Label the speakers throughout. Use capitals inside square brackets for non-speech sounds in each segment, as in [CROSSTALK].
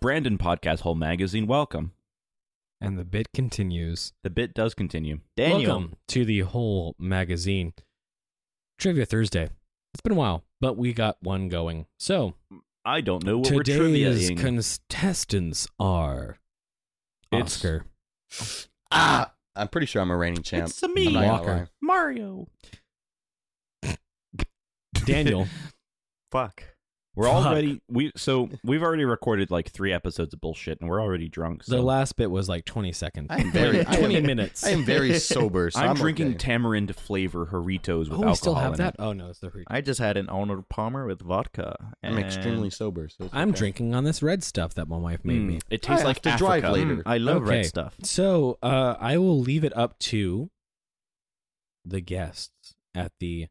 Speaker 1: Brandon Podcast Whole Magazine, welcome.
Speaker 2: And the bit continues.
Speaker 1: The bit does continue. Daniel,
Speaker 2: Welcome to the whole magazine. Trivia Thursday. It's been a while, but we got one going. So
Speaker 1: I don't know what we're
Speaker 2: today's
Speaker 1: triviaing.
Speaker 2: contestants are
Speaker 1: It's-
Speaker 2: Oscar,
Speaker 3: Ah, I'm pretty sure I'm a reigning champ.
Speaker 1: It's a me,
Speaker 3: I'm not gonna
Speaker 2: Walker.
Speaker 3: lie.
Speaker 1: Mario.
Speaker 2: Daniel,
Speaker 1: Fuck. We're already
Speaker 2: Fuck.
Speaker 1: we so we've already recorded like three episodes of bullshit, and we're already drunk. So
Speaker 2: the last bit was like 20 seconds.
Speaker 3: I am [LAUGHS] very- I am-
Speaker 2: 20 minutes.
Speaker 3: I am very sober. So
Speaker 1: I'm,
Speaker 3: I'm,
Speaker 1: drinking
Speaker 3: okay.
Speaker 1: tamarind flavor Doritos with
Speaker 2: oh,
Speaker 1: alcohol.
Speaker 2: we still have
Speaker 1: in
Speaker 2: that?
Speaker 1: it.
Speaker 2: Oh, no, it's the free.
Speaker 4: I just had an Arnold Palmer with vodka.
Speaker 3: I'm
Speaker 4: and
Speaker 3: extremely sober. So it's
Speaker 2: I'm
Speaker 3: okay.
Speaker 2: drinking on this red stuff that my wife
Speaker 4: Hmm.
Speaker 2: made
Speaker 1: Mm,
Speaker 2: me.
Speaker 1: It
Speaker 3: I
Speaker 1: tastes
Speaker 3: have
Speaker 1: like
Speaker 3: to drive
Speaker 1: Africa. Hmm,
Speaker 4: Mm,
Speaker 3: later.
Speaker 4: I love
Speaker 2: Okay.
Speaker 4: red stuff.
Speaker 2: So uh, I will leave it up to the guests at the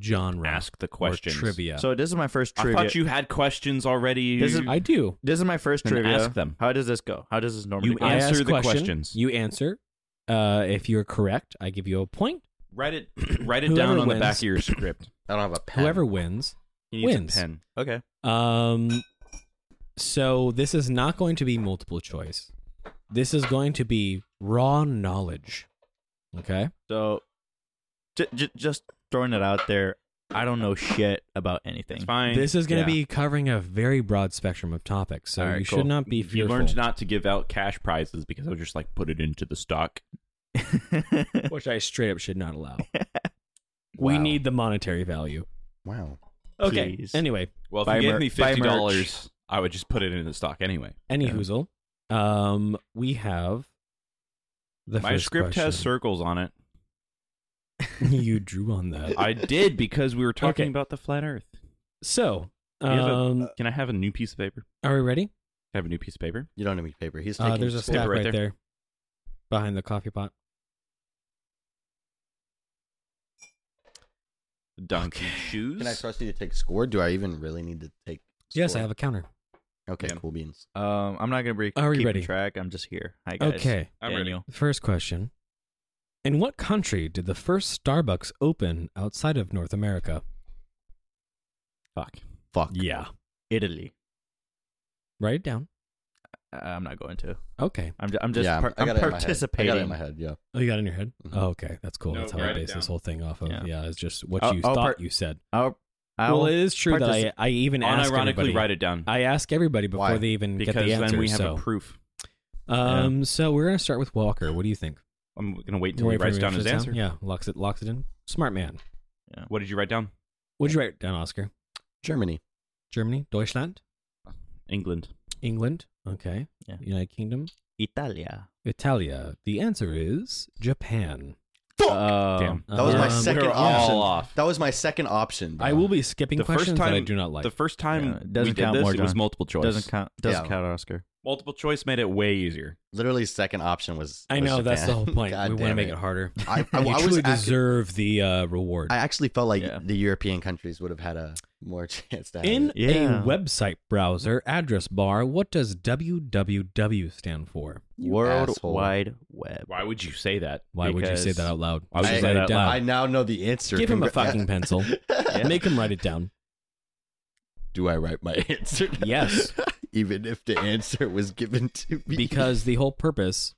Speaker 2: genre.
Speaker 1: Ask the
Speaker 2: or
Speaker 1: questions.
Speaker 2: Trivia.
Speaker 4: So this is my first
Speaker 1: I
Speaker 4: trivia.
Speaker 1: thought you had questions already.
Speaker 4: This is-
Speaker 2: I do.
Speaker 4: This is my first
Speaker 1: Then
Speaker 4: trivia.
Speaker 1: ask them.
Speaker 4: How does this go? How does this normally
Speaker 1: You
Speaker 4: go?
Speaker 2: I
Speaker 1: answer
Speaker 2: ask
Speaker 1: the
Speaker 2: question,
Speaker 1: questions.
Speaker 2: You answer. Uh, if you're correct, I give you a point.
Speaker 1: write [CLEARS THROAT] it write it
Speaker 2: Whoever
Speaker 1: down on the back
Speaker 2: wins-
Speaker 1: of your [CLEARS THROAT] script.
Speaker 3: I don't have a pen.
Speaker 2: Whoever wins.
Speaker 1: You need
Speaker 2: Wins.
Speaker 1: a pen.
Speaker 4: Okay.
Speaker 2: Um, so this is not going to be multiple choice. This is going to be raw knowledge. Okay.
Speaker 4: So j- j- just throwing it out there. I don't know shit about anything.
Speaker 1: It's fine.
Speaker 2: This is going
Speaker 4: yeah.
Speaker 2: to be covering a very broad spectrum of topics, so
Speaker 4: All right,
Speaker 2: you
Speaker 4: cool.
Speaker 2: should not be
Speaker 1: you
Speaker 2: fearful.
Speaker 1: learned not to give out cash prizes because I was just like put it into the stock.
Speaker 2: [LAUGHS] which I straight up should not allow.
Speaker 3: Wow.
Speaker 2: We need the monetary value.
Speaker 3: Wow.
Speaker 2: Okay.
Speaker 4: Please.
Speaker 2: Anyway,
Speaker 1: Well, if
Speaker 4: Buy
Speaker 1: you gave
Speaker 4: mer-
Speaker 1: me
Speaker 4: buy
Speaker 1: fifty
Speaker 4: merch.
Speaker 1: dollars, I would just put it in the stock anyway.
Speaker 2: any
Speaker 4: Yeah.
Speaker 2: hoozle. Um, we have the
Speaker 1: My
Speaker 2: first
Speaker 1: script has
Speaker 2: question.
Speaker 1: circles on it.
Speaker 2: [LAUGHS] you drew on that.
Speaker 1: I did because we were talking
Speaker 2: Okay.
Speaker 1: about the flat Earth.
Speaker 2: So,
Speaker 1: Do you have a-
Speaker 4: uh,
Speaker 2: um,
Speaker 1: Can I have a new piece of paper?
Speaker 2: are we ready?
Speaker 1: Can I have a new piece of paper.
Speaker 3: You don't need paper. He's taking.
Speaker 2: Uh, there's a
Speaker 3: score.
Speaker 2: stack
Speaker 1: right
Speaker 2: right,
Speaker 1: there.
Speaker 2: there. behind the coffee pot.
Speaker 1: Donkey
Speaker 2: [LAUGHS]
Speaker 1: shoes.
Speaker 3: Can I trust you to take score? Do I even really need to take?
Speaker 2: Yes, I have a counter.
Speaker 3: A- okay,
Speaker 1: Yeah.
Speaker 3: cool beans.
Speaker 4: Um, I'm not gonna break.
Speaker 2: Are we
Speaker 4: keep
Speaker 2: ready?
Speaker 4: Track. I'm just here. Hi guys.
Speaker 2: Okay.
Speaker 1: I'm ready.
Speaker 4: Daniel.
Speaker 2: First question: In what country did the first Starbucks open outside of North America?
Speaker 1: Fuck.
Speaker 3: Fuck.
Speaker 2: Yeah,
Speaker 4: Italy.
Speaker 2: write it down.
Speaker 4: Uh, I'm not going to.
Speaker 2: Okay.
Speaker 4: I'm. Ju- I'm just.
Speaker 3: Yeah,
Speaker 4: par-
Speaker 3: I
Speaker 4: I'm
Speaker 3: got it in my head.
Speaker 4: participating.
Speaker 3: I got it in my head. Yeah.
Speaker 2: Oh, you got it in your head.
Speaker 3: Mhm.
Speaker 2: Oh, okay, that's cool.
Speaker 1: No,
Speaker 2: that's how I
Speaker 1: write it
Speaker 2: base this
Speaker 1: down.
Speaker 2: whole thing off of.
Speaker 4: Yeah.
Speaker 2: Yeah, it's just what
Speaker 4: I'll-
Speaker 2: you
Speaker 4: I'll
Speaker 2: thought
Speaker 4: part-
Speaker 2: you said.
Speaker 4: I'll, I'll
Speaker 2: well, it is true that I I even ask
Speaker 1: Unironically,
Speaker 2: everybody.
Speaker 1: write it down
Speaker 2: I ask everybody before
Speaker 3: Why?
Speaker 2: they even
Speaker 1: because
Speaker 2: get the answer.
Speaker 1: then we have
Speaker 2: so.
Speaker 1: a proof.
Speaker 2: um, so we're gonna start with Walker. What do you think?
Speaker 1: I'm gonna wait until
Speaker 2: Wait
Speaker 1: he
Speaker 2: for
Speaker 1: writes
Speaker 2: me
Speaker 1: down
Speaker 2: to
Speaker 1: his
Speaker 2: sit
Speaker 1: answer.
Speaker 2: Yeah, locks it, locks it in. Smart man.
Speaker 1: What did you write down?
Speaker 2: What'd you write down, Oscar?
Speaker 3: Germany.
Speaker 2: Germany, Deutschland,
Speaker 1: England.
Speaker 2: England. Okay.
Speaker 4: Yeah.
Speaker 2: United Kingdom,
Speaker 4: Italia.
Speaker 2: Italia. The answer is Japan.
Speaker 3: Fuck.
Speaker 4: Um,
Speaker 3: that was my
Speaker 2: um,
Speaker 3: second
Speaker 1: we're all
Speaker 3: option.
Speaker 1: off.
Speaker 3: That was my second option. bro.
Speaker 2: I will be skipping
Speaker 1: The
Speaker 2: questions
Speaker 1: first time
Speaker 2: that I do not like.
Speaker 1: The first
Speaker 4: Yeah,
Speaker 1: time
Speaker 4: it
Speaker 1: we
Speaker 4: doesn't
Speaker 1: did
Speaker 4: count
Speaker 1: this,
Speaker 4: more,
Speaker 1: it was
Speaker 4: John.
Speaker 1: multiple choice.
Speaker 4: Doesn't count. Doesn't
Speaker 3: Yeah.
Speaker 4: count, Oscar.
Speaker 1: Multiple choice made it way easier.
Speaker 3: Literally, second option was.
Speaker 2: I
Speaker 3: was
Speaker 2: know that's the
Speaker 3: Japan.
Speaker 2: whole point.
Speaker 3: [LAUGHS] God
Speaker 2: we
Speaker 3: damn
Speaker 2: want to make it harder.
Speaker 3: [LAUGHS] I, I,
Speaker 2: you
Speaker 3: I was
Speaker 2: truly
Speaker 3: act-
Speaker 2: deserve the uh, reward.
Speaker 3: I actually felt like
Speaker 4: Yeah.
Speaker 3: the European countries would have had a more [LAUGHS] chance to have
Speaker 2: In
Speaker 3: it.
Speaker 4: Yeah.
Speaker 2: a website browser address bar, what does www stand for?
Speaker 3: You
Speaker 4: World
Speaker 3: asshole.
Speaker 4: Wide Web.
Speaker 1: Why
Speaker 2: [LAUGHS]
Speaker 1: would you say that?
Speaker 2: Why would you say
Speaker 4: Because-
Speaker 2: that out loud?
Speaker 1: Why would
Speaker 2: Just
Speaker 3: you say
Speaker 2: write
Speaker 1: that out
Speaker 2: it down.
Speaker 3: I now know the answer.
Speaker 2: Give him a
Speaker 3: Congra-
Speaker 2: fucking
Speaker 3: [LAUGHS]
Speaker 2: pencil. Make him write it down.
Speaker 3: Do I write my [LAUGHS] answer? down?
Speaker 2: Yes.
Speaker 3: [LAUGHS] Even if the answer was given to me.
Speaker 2: Because the whole purpose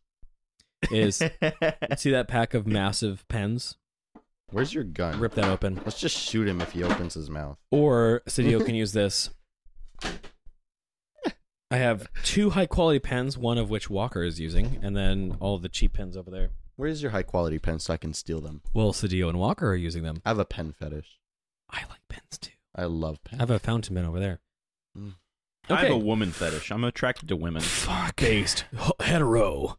Speaker 2: is see that pack of massive pens?
Speaker 3: [LAUGHS] Where's your gun?
Speaker 2: Rip that open.
Speaker 3: Let's just shoot him if he opens his mouth.
Speaker 2: Or
Speaker 1: [LAUGHS]
Speaker 2: Sidio can use this. I have two high quality pens, one of which Walker is using, and then all the cheap pens over there.
Speaker 3: Where's your high quality pen so I can steal them?
Speaker 2: Well, Sidio and Walker are using them.
Speaker 3: I have a pen fetish.
Speaker 2: I like pens too.
Speaker 3: I love
Speaker 2: I
Speaker 3: pens.
Speaker 2: have a fountain pen over there.
Speaker 3: Mm.
Speaker 1: I have a woman fetish. I'm attracted to women.
Speaker 2: fuck based hetero.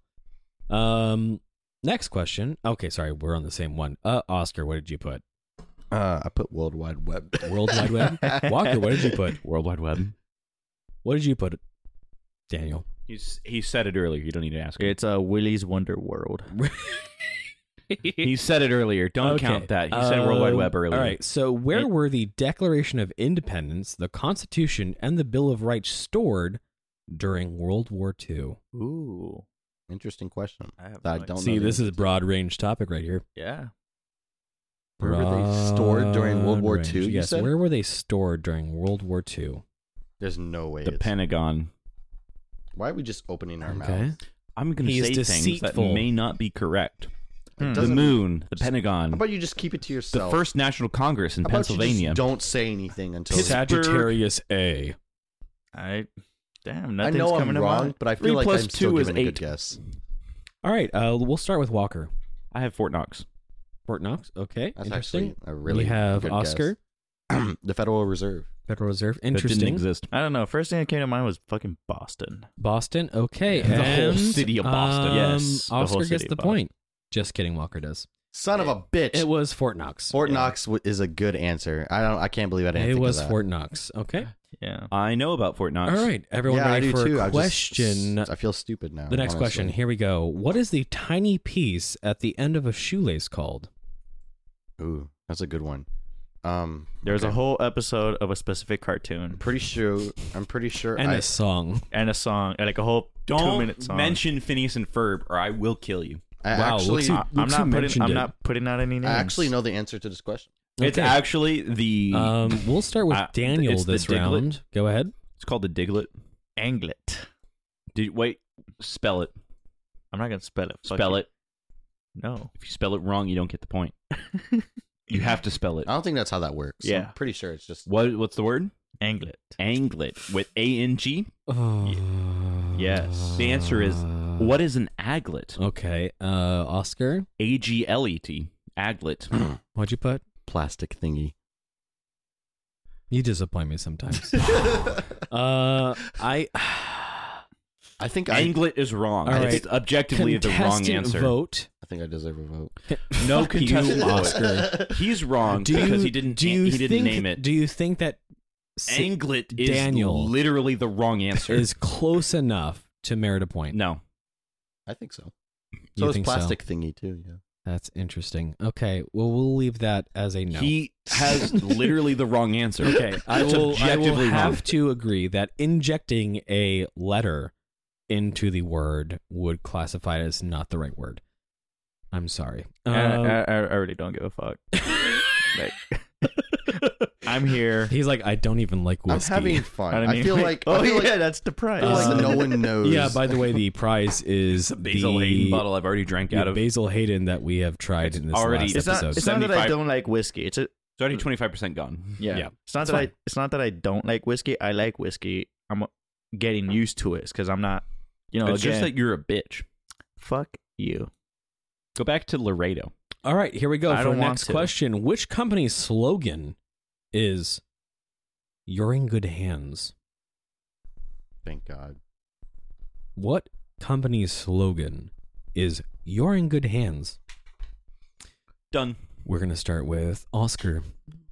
Speaker 2: Um, Next question. Okay, sorry, we're on the same one. Uh, Oscar, what did you put?
Speaker 3: Uh, I put World Wide Web. [LAUGHS]
Speaker 2: World Wide
Speaker 1: [LAUGHS]
Speaker 2: Web. Walker, what did you put?
Speaker 1: World Wide Web.
Speaker 2: What did you put, Daniel?
Speaker 1: He's he said it earlier. You don't need to ask. Him.
Speaker 4: It's a Willy's Wonder World.
Speaker 1: He said it earlier. Don't
Speaker 2: Okay.
Speaker 1: count that. He said World Wide
Speaker 2: Uh,
Speaker 1: Web earlier.
Speaker 2: All right. So where
Speaker 1: It-
Speaker 2: were the Declaration of Independence, the Constitution, and the Bill of Rights stored during World War II?
Speaker 4: Ooh,
Speaker 3: Interesting question.
Speaker 4: I have
Speaker 3: that I
Speaker 4: no
Speaker 3: don't
Speaker 2: See,
Speaker 3: know the
Speaker 2: this is
Speaker 3: answer
Speaker 2: a broad range topic right here.
Speaker 4: yeah.
Speaker 3: Where were they stored during World War
Speaker 2: Broad
Speaker 3: II,
Speaker 2: range.
Speaker 3: you
Speaker 2: Yes.
Speaker 3: said?
Speaker 2: Where were they stored during World War II?
Speaker 3: to. There's no way.
Speaker 1: The
Speaker 3: it's-
Speaker 1: Pentagon.
Speaker 3: Why are we just opening our mouths?
Speaker 1: I'm going
Speaker 2: He is
Speaker 1: to say things that
Speaker 2: deceitful.
Speaker 1: may not be correct.
Speaker 3: It
Speaker 2: Hmm.
Speaker 1: The
Speaker 3: doesn't-
Speaker 1: moon, the
Speaker 3: How
Speaker 1: Pentagon,
Speaker 3: about you just keep it to
Speaker 1: the
Speaker 3: yourself?
Speaker 1: first National Congress in
Speaker 3: How about you just
Speaker 1: Pennsylvania.
Speaker 3: don't say anything until.
Speaker 2: Sagittarius A.
Speaker 4: I damn
Speaker 3: I
Speaker 4: nothing's
Speaker 3: know I'm
Speaker 4: coming to
Speaker 3: wrong,
Speaker 4: mind.
Speaker 3: but I feel
Speaker 1: Three
Speaker 3: like
Speaker 1: plus
Speaker 3: I'm still
Speaker 1: two is
Speaker 3: giving a good
Speaker 1: eight.
Speaker 3: guess. [CLEARS THROAT]
Speaker 2: All right. Uh, we'll start with Walker.
Speaker 1: I have Fort Knox.
Speaker 2: Fort Knox. Okay.
Speaker 3: That's
Speaker 2: Interesting.
Speaker 3: actually a really
Speaker 2: we have
Speaker 3: good guess.
Speaker 2: Oscar,
Speaker 3: the Federal Reserve.
Speaker 2: Federal Reserve.
Speaker 1: That didn't
Speaker 2: Interesting.
Speaker 1: exist.
Speaker 4: I don't know. First thing that came to mind was fucking Boston.
Speaker 2: Boston. Okay.
Speaker 1: The whole
Speaker 2: and,
Speaker 1: city of Boston.
Speaker 2: um,
Speaker 4: Yes, the whole
Speaker 2: Oscar
Speaker 4: city
Speaker 2: gets
Speaker 4: of
Speaker 2: the
Speaker 4: Boston.
Speaker 2: point. Just kidding. Walker does.
Speaker 3: Son of a bitch.
Speaker 2: It was Fort Knox.
Speaker 3: Fort
Speaker 4: yeah.
Speaker 3: Knox w- is a good answer. I don't. I can't believe I didn't.
Speaker 2: It
Speaker 3: think
Speaker 2: was
Speaker 3: of that.
Speaker 2: Fort Knox. Okay.
Speaker 4: Yeah.
Speaker 1: I know about Fort Knox.
Speaker 2: All right. Everyone
Speaker 3: yeah, I
Speaker 2: ready
Speaker 3: do
Speaker 2: for
Speaker 3: too. I
Speaker 2: a
Speaker 3: just-
Speaker 2: question?
Speaker 3: I feel stupid now.
Speaker 2: the next question.
Speaker 3: honestly.
Speaker 2: Here we go. What is the tiny piece at the end of a shoelace called?
Speaker 3: Ooh, that's a good one. Um,
Speaker 4: There's a
Speaker 3: okay.
Speaker 4: whole episode of a specific
Speaker 3: I'm
Speaker 4: cartoon
Speaker 3: pretty sure. I'm pretty sure.
Speaker 2: And
Speaker 3: I,
Speaker 2: a song.
Speaker 4: and a song, like a whole
Speaker 1: Don't
Speaker 4: two-minute song.
Speaker 1: mention Phineas and Ferb, or I will kill you.
Speaker 3: I
Speaker 2: Wow, looks
Speaker 3: actually,
Speaker 2: who-
Speaker 4: I, am
Speaker 2: Looks who
Speaker 4: not putting.
Speaker 2: mentioned
Speaker 4: I'm
Speaker 2: it.
Speaker 4: not putting out any
Speaker 3: I
Speaker 4: names.
Speaker 3: actually know the answer to this question.
Speaker 1: It's
Speaker 2: Okay.
Speaker 1: actually the.
Speaker 2: Um, we'll start with
Speaker 1: Uh,
Speaker 2: Daniel
Speaker 1: it's the
Speaker 2: this
Speaker 1: Diglett.
Speaker 2: round. Go ahead.
Speaker 1: it's called the Diglet.
Speaker 4: Anglet.
Speaker 1: Did wait? Spell it.
Speaker 4: I'm not gonna spell it. Fuck
Speaker 1: Spell
Speaker 4: you.
Speaker 1: it.
Speaker 4: No.
Speaker 1: If you spell it wrong, you don't get the point. you have to spell
Speaker 2: Uh,
Speaker 1: it.
Speaker 3: I don't think that's how that works.
Speaker 4: Yeah.
Speaker 3: I'm pretty sure it's just.
Speaker 1: What? What's the word?
Speaker 4: Anglet.
Speaker 1: Anglet with a n g.
Speaker 4: Yes.
Speaker 2: Oh.
Speaker 1: The answer is what is an aglet?
Speaker 2: Okay. Uh, Oscar,
Speaker 1: A g l e t. Aglet.
Speaker 2: [CLEARS THROAT] what'd you put?
Speaker 3: Plastic thingy.
Speaker 2: You disappoint me [LAUGHS] sometimes. uh, I
Speaker 3: I think I.
Speaker 1: Anglet is wrong.
Speaker 2: All
Speaker 1: It's objectively the wrong
Speaker 2: contestant
Speaker 1: answer.
Speaker 2: vote.
Speaker 3: I think I deserve a vote.
Speaker 1: No
Speaker 2: Fuck you,
Speaker 1: contestant vote.
Speaker 2: Oscar.
Speaker 3: [LAUGHS]
Speaker 1: He's wrong
Speaker 2: Do you-
Speaker 1: because he didn't.
Speaker 2: Do you
Speaker 1: he didn't
Speaker 2: think-
Speaker 1: name it.
Speaker 2: Do you think that s-
Speaker 1: Anglet is
Speaker 2: Daniel
Speaker 1: literally the wrong answer.
Speaker 2: is close enough to merit a point?
Speaker 1: no.
Speaker 3: I think so.
Speaker 2: You
Speaker 3: So it's
Speaker 2: think so?
Speaker 3: plastic thingy too. Yeah.
Speaker 2: That's interesting. Okay. Well, we'll leave that as a no.
Speaker 1: He has literally the wrong answer.
Speaker 2: okay. I
Speaker 1: It's
Speaker 2: will. I will
Speaker 1: objectively wrong.
Speaker 2: have to agree that injecting a letter into the word would classify it as not the right word. I'm sorry.
Speaker 3: Uh,
Speaker 2: Um,
Speaker 4: I, I,
Speaker 3: [LAUGHS]
Speaker 4: I really don't give a fuck. like, I'm here.
Speaker 2: He's like, I don't even like whiskey.
Speaker 3: I'm [LAUGHS] having fun.
Speaker 4: don't
Speaker 3: I,
Speaker 4: even-
Speaker 3: feel like.
Speaker 4: [LAUGHS] Oh
Speaker 3: I feel
Speaker 4: yeah,
Speaker 3: like,
Speaker 4: that's the
Speaker 3: I
Speaker 4: prize.
Speaker 3: feel like
Speaker 2: Um,
Speaker 4: [LAUGHS]
Speaker 3: no one
Speaker 2: [LAUGHS]
Speaker 3: knows.
Speaker 2: yeah. By the way, the prize is
Speaker 1: The [LAUGHS] Basil
Speaker 2: the,
Speaker 1: Hayden bottle I've already drank
Speaker 2: the
Speaker 1: out of. It's
Speaker 2: Basil Hayden that we have tried
Speaker 1: It's
Speaker 2: in this
Speaker 1: already-
Speaker 2: last
Speaker 4: it's not.
Speaker 2: episode.
Speaker 4: It's not that I
Speaker 1: 75
Speaker 4: don't like whiskey. It's a
Speaker 1: already twenty five percent gone.
Speaker 4: yeah.
Speaker 2: Yeah.
Speaker 4: It's not
Speaker 2: It's
Speaker 4: that
Speaker 2: fine.
Speaker 4: I. It's not that I don't like whiskey. I like whiskey. I'm getting used to it because I'm not. You know,
Speaker 1: it's just
Speaker 4: again,
Speaker 1: that you're a bitch.
Speaker 4: fuck you.
Speaker 1: Go back to Laredo.
Speaker 2: All right, here we go
Speaker 4: I
Speaker 2: for
Speaker 4: don't
Speaker 2: the
Speaker 4: want
Speaker 2: next
Speaker 4: to.
Speaker 2: question. Which company's slogan is "You're in good hands"?
Speaker 3: Thank God.
Speaker 2: What company's slogan is "You're in good hands"?
Speaker 1: Done.
Speaker 2: We're gonna start with Oscar.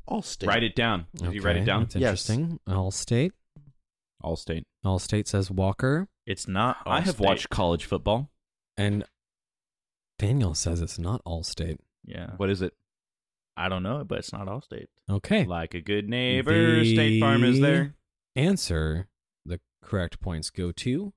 Speaker 3: All state.
Speaker 1: Write it down. Did you write it
Speaker 2: Okay,
Speaker 1: down?
Speaker 2: That's
Speaker 3: Yes.
Speaker 2: interesting. Allstate.
Speaker 1: All state.
Speaker 2: Allstate says Walker,
Speaker 4: It's not.
Speaker 1: I have
Speaker 4: Allstate.
Speaker 1: watched college football.
Speaker 2: and Daniel says it's not Allstate.
Speaker 4: Yeah.
Speaker 1: What is it?
Speaker 4: I don't know, but it's not Allstate.
Speaker 2: Okay.
Speaker 1: Like a good neighbor, State Farm is there.
Speaker 2: Answer. The correct points go to